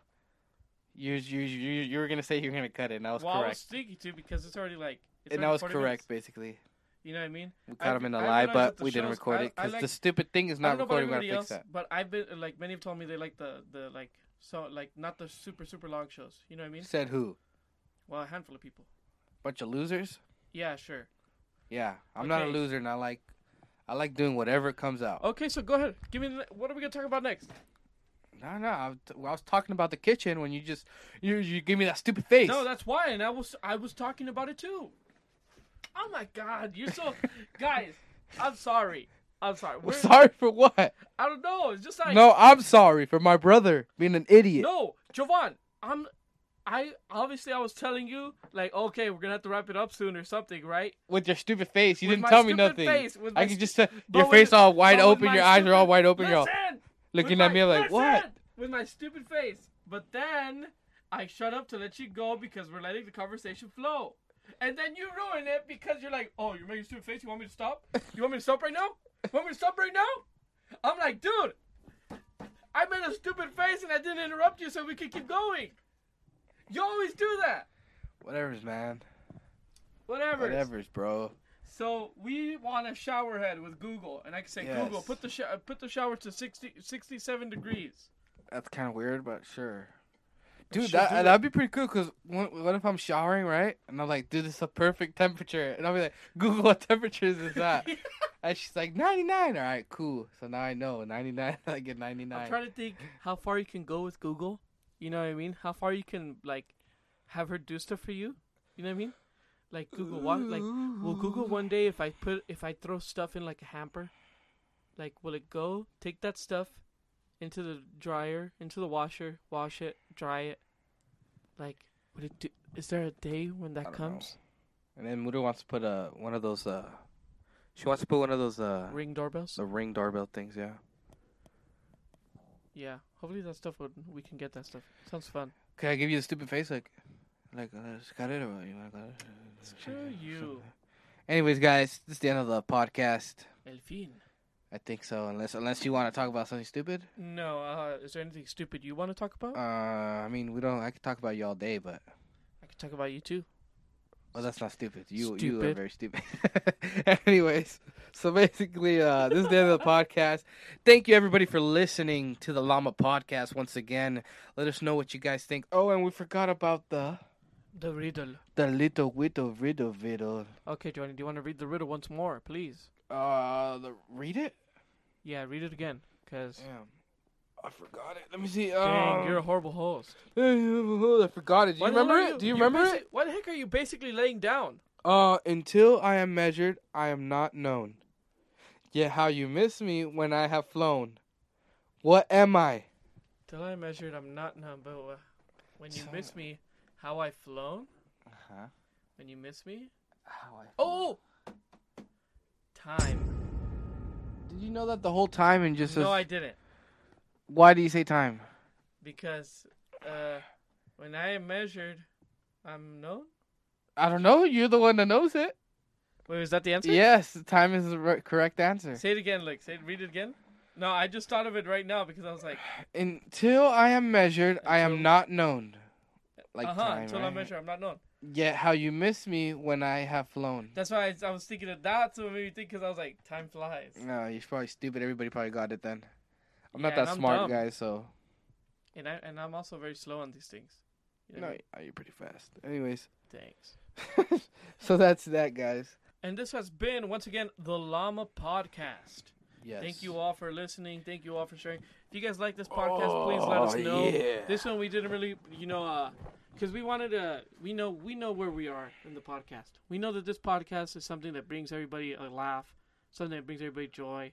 [SPEAKER 1] you you you you were gonna say you're gonna cut it, and I was
[SPEAKER 2] well, I was
[SPEAKER 1] correct.
[SPEAKER 2] sneaky too because it's already like. It's
[SPEAKER 1] and I
[SPEAKER 2] already
[SPEAKER 1] was
[SPEAKER 2] 40
[SPEAKER 1] correct,
[SPEAKER 2] minutes.
[SPEAKER 1] basically.
[SPEAKER 2] You know what I mean?
[SPEAKER 1] We caught
[SPEAKER 2] I've-
[SPEAKER 1] him in a
[SPEAKER 2] I
[SPEAKER 1] lie,
[SPEAKER 2] realized
[SPEAKER 1] but
[SPEAKER 2] that the
[SPEAKER 1] we didn't
[SPEAKER 2] shows-
[SPEAKER 1] record
[SPEAKER 2] I-
[SPEAKER 1] it
[SPEAKER 2] I
[SPEAKER 1] because
[SPEAKER 2] like-
[SPEAKER 1] the stupid thing is
[SPEAKER 2] I don't
[SPEAKER 1] not
[SPEAKER 2] know about
[SPEAKER 1] recording. We're
[SPEAKER 2] everybody
[SPEAKER 1] gonna fix
[SPEAKER 2] else,
[SPEAKER 1] that.
[SPEAKER 2] but I've been like many have told me they like the the like so like not the super super long shows. You know what I mean?
[SPEAKER 1] Said who?
[SPEAKER 2] Well, a handful of people.
[SPEAKER 1] Bunch of losers.
[SPEAKER 2] Yeah, sure.
[SPEAKER 1] Yeah, I'm not a
[SPEAKER 2] Okay. Oh.
[SPEAKER 1] loser, and I like, I like doing whatever comes out.
[SPEAKER 2] Okay, so go ahead. Give me the, what are we gonna talk about next?
[SPEAKER 1] No, no, I was, I was talking about the kitchen when you just, you, you give me that stupid face.
[SPEAKER 2] No, that's why, and I was I was talking about it too. Oh my God, you're so guys. I'm sorry. I'm sorry.
[SPEAKER 1] Well,
[SPEAKER 2] We're,
[SPEAKER 1] sorry for what?
[SPEAKER 2] I don't know. It's just like
[SPEAKER 1] No, I'm sorry for my brother being an idiot.
[SPEAKER 2] no, Jovan. I'm. I obviously I was telling you like okay we're gonna have to wrap it up soon or something right?
[SPEAKER 1] With your stupid face, you
[SPEAKER 2] With
[SPEAKER 1] didn't
[SPEAKER 2] my
[SPEAKER 1] tell me
[SPEAKER 2] stupid
[SPEAKER 1] nothing.
[SPEAKER 2] face, with my
[SPEAKER 1] I could
[SPEAKER 2] stu-
[SPEAKER 1] just tell
[SPEAKER 2] but
[SPEAKER 1] your
[SPEAKER 2] with
[SPEAKER 1] face
[SPEAKER 2] the-
[SPEAKER 1] all wide
[SPEAKER 2] but with
[SPEAKER 1] open,
[SPEAKER 2] my
[SPEAKER 1] your eyes are all
[SPEAKER 2] stupid-
[SPEAKER 1] wide open. You're all
[SPEAKER 2] Listen!
[SPEAKER 1] looking
[SPEAKER 2] with
[SPEAKER 1] at me
[SPEAKER 2] my-
[SPEAKER 1] like, what?
[SPEAKER 2] listen! With my stupid face. But then I shut up to let you go because we're letting the conversation flow. And then you ruin it because you're like, oh, you're making a stupid face. You want me to stop? You want me to stop right now? You want me to stop right now? I'm like, dude, I made a stupid face and I didn't interrupt you so we could keep going. You always do that.
[SPEAKER 1] Whatever's, man.
[SPEAKER 2] Whatever.
[SPEAKER 1] Whatever's, bro.
[SPEAKER 2] So we want a shower head with Google, and I can say
[SPEAKER 1] Yes.
[SPEAKER 2] Google put the sho- put the shower to 60, 67 degrees.
[SPEAKER 1] That's kind of weird, but sure. Dude,
[SPEAKER 2] should
[SPEAKER 1] that,
[SPEAKER 2] do
[SPEAKER 1] uh,
[SPEAKER 2] it.
[SPEAKER 1] that'd be pretty cool. Cause what, what if I'm showering, right? And I'm like, dude, this is a perfect temperature. And I'll be like, Google, what temperature is this at? and she's like, 99. All right, cool. So now I know 99. I get 99.
[SPEAKER 2] I'm trying to think how far you can go with Google. You know what I mean? How far you can like have her do stuff for you. You know what I mean? Like Google, what? Like, will Google one day if I put if I throw stuff in like a hamper, like will it go take that stuff into the dryer, into the washer, wash it, dry it? Like, would it do? Is there a day when
[SPEAKER 1] I
[SPEAKER 2] that
[SPEAKER 1] don't
[SPEAKER 2] comes?
[SPEAKER 1] And then Muda wants to put uh, one of those. Uh, she wants to put one of those. Uh,
[SPEAKER 2] Ring doorbells.
[SPEAKER 1] the ring doorbell things, yeah.
[SPEAKER 2] Yeah. Hopefully that stuff would we can get that stuff. Sounds fun.
[SPEAKER 1] Can I give you the stupid face? Like, like, uh, just got it or you want it?
[SPEAKER 2] Screw you.
[SPEAKER 1] Anyways, guys, this is the end of the podcast.
[SPEAKER 2] El fin.
[SPEAKER 1] I think so. Unless, unless you want to talk about something stupid.
[SPEAKER 2] No, uh, is there anything stupid you want to talk about?
[SPEAKER 1] Uh, I mean, we don't. I could talk about you all day, but
[SPEAKER 2] I could talk about you too.
[SPEAKER 1] well, that's not stupid. You you are
[SPEAKER 2] Stupid.
[SPEAKER 1] very stupid. Anyways, so basically, uh, this is the end of the podcast. Thank you everybody for listening to the Llama Podcast once again. Let us know what you guys think. Oh, and we forgot about the
[SPEAKER 2] The riddle.
[SPEAKER 1] the little widow riddle riddle.
[SPEAKER 2] Okay, Johnny, do you want to read the riddle once more, please?
[SPEAKER 1] Uh, the, read it.
[SPEAKER 2] Yeah, read it again, because
[SPEAKER 1] Damn, I forgot it. Let me see.
[SPEAKER 2] dang,
[SPEAKER 1] um,
[SPEAKER 2] you're a horrible host.
[SPEAKER 1] I forgot it. Do you
[SPEAKER 2] Why the hell
[SPEAKER 1] remember
[SPEAKER 2] are
[SPEAKER 1] it? Do you remember
[SPEAKER 2] you're
[SPEAKER 1] it?
[SPEAKER 2] basi- Why the heck are you basically laying down?
[SPEAKER 1] Uh, until I am measured, I am not known. Yet how you miss me when I have flown. What am I?
[SPEAKER 2] Till I measured, I'm not numb, but uh, when you miss me, how I flown?
[SPEAKER 1] Uh-huh.
[SPEAKER 2] When you miss me?
[SPEAKER 1] How I
[SPEAKER 2] Oh! Time.
[SPEAKER 1] Did you know that the whole time and just
[SPEAKER 2] No, I didn't.
[SPEAKER 1] why do you say time?
[SPEAKER 2] because uh, when I am measured, I'm known.
[SPEAKER 1] I don't know. You're the one that knows it.
[SPEAKER 2] Wait, was that the answer?
[SPEAKER 1] Yes, time is the r- correct answer.
[SPEAKER 2] Say it again, Luke. Say it. Read it again. No, I just thought of it right now because I was like,
[SPEAKER 1] Until I am measured, I am
[SPEAKER 2] Until-
[SPEAKER 1] not known. Like
[SPEAKER 2] uh huh.
[SPEAKER 1] time,
[SPEAKER 2] until I
[SPEAKER 1] right?
[SPEAKER 2] measure, I'm not known.
[SPEAKER 1] Yet how you miss me when I have flown.
[SPEAKER 2] That's why I, I was thinking of that. So it made me think because I was like, time flies.
[SPEAKER 1] No, you're probably stupid. Everybody probably got it then. I'm
[SPEAKER 2] Yeah,
[SPEAKER 1] not that
[SPEAKER 2] and I'm
[SPEAKER 1] smart,
[SPEAKER 2] dumb.
[SPEAKER 1] guys. So.
[SPEAKER 2] And I and I'm also very slow on these things. You know
[SPEAKER 1] No,
[SPEAKER 2] what I mean?
[SPEAKER 1] you're pretty fast. Anyways,
[SPEAKER 2] Thanks.
[SPEAKER 1] so that's that, guys.
[SPEAKER 2] And this has been once again the Llama Podcast.
[SPEAKER 1] Yes.
[SPEAKER 2] Thank you all for listening. Thank you all
[SPEAKER 3] Oh,
[SPEAKER 1] Oh,
[SPEAKER 2] for sharing. If you guys like this podcast, please let us know. This one we didn't really, you know, uh, because we wanted to we know we know where we are in the podcast we know that this podcast is something that brings everybody a laugh something that brings everybody joy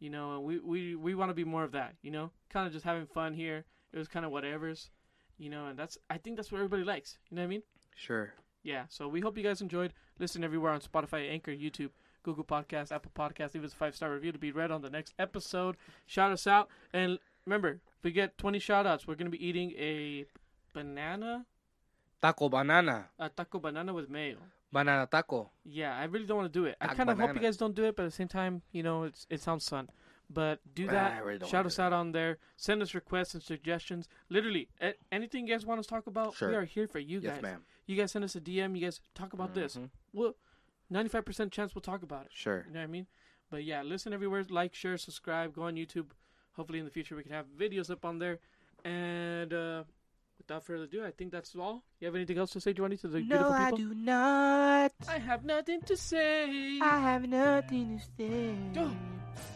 [SPEAKER 2] you know and we we, we want to be more of that you know kind of just having fun here it was kind of whatever's you know and that's i think that's what everybody likes you know what i mean
[SPEAKER 3] Sure.
[SPEAKER 2] yeah so we hope you guys enjoyed listen everywhere on spotify anchor youtube google podcast apple podcast leave us a five star review to be read on the next episode shout us out and remember if we get 20 shout outs we're going to be eating a banana
[SPEAKER 1] Taco banana.
[SPEAKER 2] a taco banana with mayo.
[SPEAKER 1] Banana taco.
[SPEAKER 2] Yeah, I really don't want to do it. I
[SPEAKER 1] Taco
[SPEAKER 2] kind of hope you
[SPEAKER 1] banana.
[SPEAKER 2] guys don't do it, but at the same time, you know, it's it sounds fun. But do
[SPEAKER 3] Ah,
[SPEAKER 2] that.
[SPEAKER 3] I really don't
[SPEAKER 2] Shout
[SPEAKER 3] wanna
[SPEAKER 2] us
[SPEAKER 3] do
[SPEAKER 2] out on there. Send us requests and suggestions. Literally, a- anything you guys want us to talk about, we
[SPEAKER 3] Sure.
[SPEAKER 2] are here for you guys.
[SPEAKER 3] Yes, ma'am.
[SPEAKER 2] You guys send us a DM. You guys talk about this.
[SPEAKER 3] Mhm.
[SPEAKER 2] Well, ninety five percent chance we'll talk about it.
[SPEAKER 3] Sure.
[SPEAKER 2] You know what I mean? But yeah, listen everywhere. Like, share, subscribe. Go on YouTube. Hopefully, in the future, we can have videos up on there. And uh, without further ado, I think that's all. You have anything else to say, Joanie, to the beautiful people?
[SPEAKER 1] do not.
[SPEAKER 2] I have nothing to say.
[SPEAKER 1] have nothing to say.
[SPEAKER 2] Go.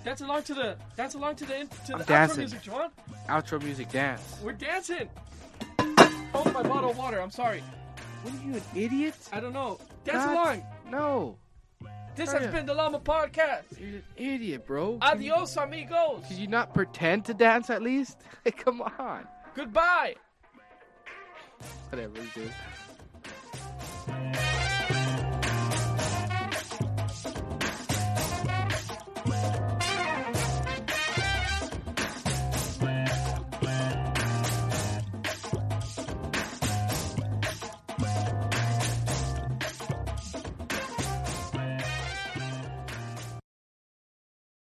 [SPEAKER 2] That's along to the. That's along to the. in- To
[SPEAKER 3] I'm
[SPEAKER 2] the outro
[SPEAKER 3] dancing.
[SPEAKER 2] music, Juan.
[SPEAKER 3] Outro music dance.
[SPEAKER 2] We're dancing. Oh my bottle of water. I'm sorry.
[SPEAKER 3] What are you, an idiot?
[SPEAKER 2] I don't know. Dance
[SPEAKER 3] That's-
[SPEAKER 2] along.
[SPEAKER 3] No.
[SPEAKER 2] This
[SPEAKER 3] hurry
[SPEAKER 2] has
[SPEAKER 3] up.
[SPEAKER 2] been the Llama Podcast.
[SPEAKER 3] You're an idiot, bro.
[SPEAKER 2] Adios, amigos.
[SPEAKER 3] Could you not pretend to dance at least? Come on.
[SPEAKER 2] Goodbye.
[SPEAKER 3] Whatever, dude.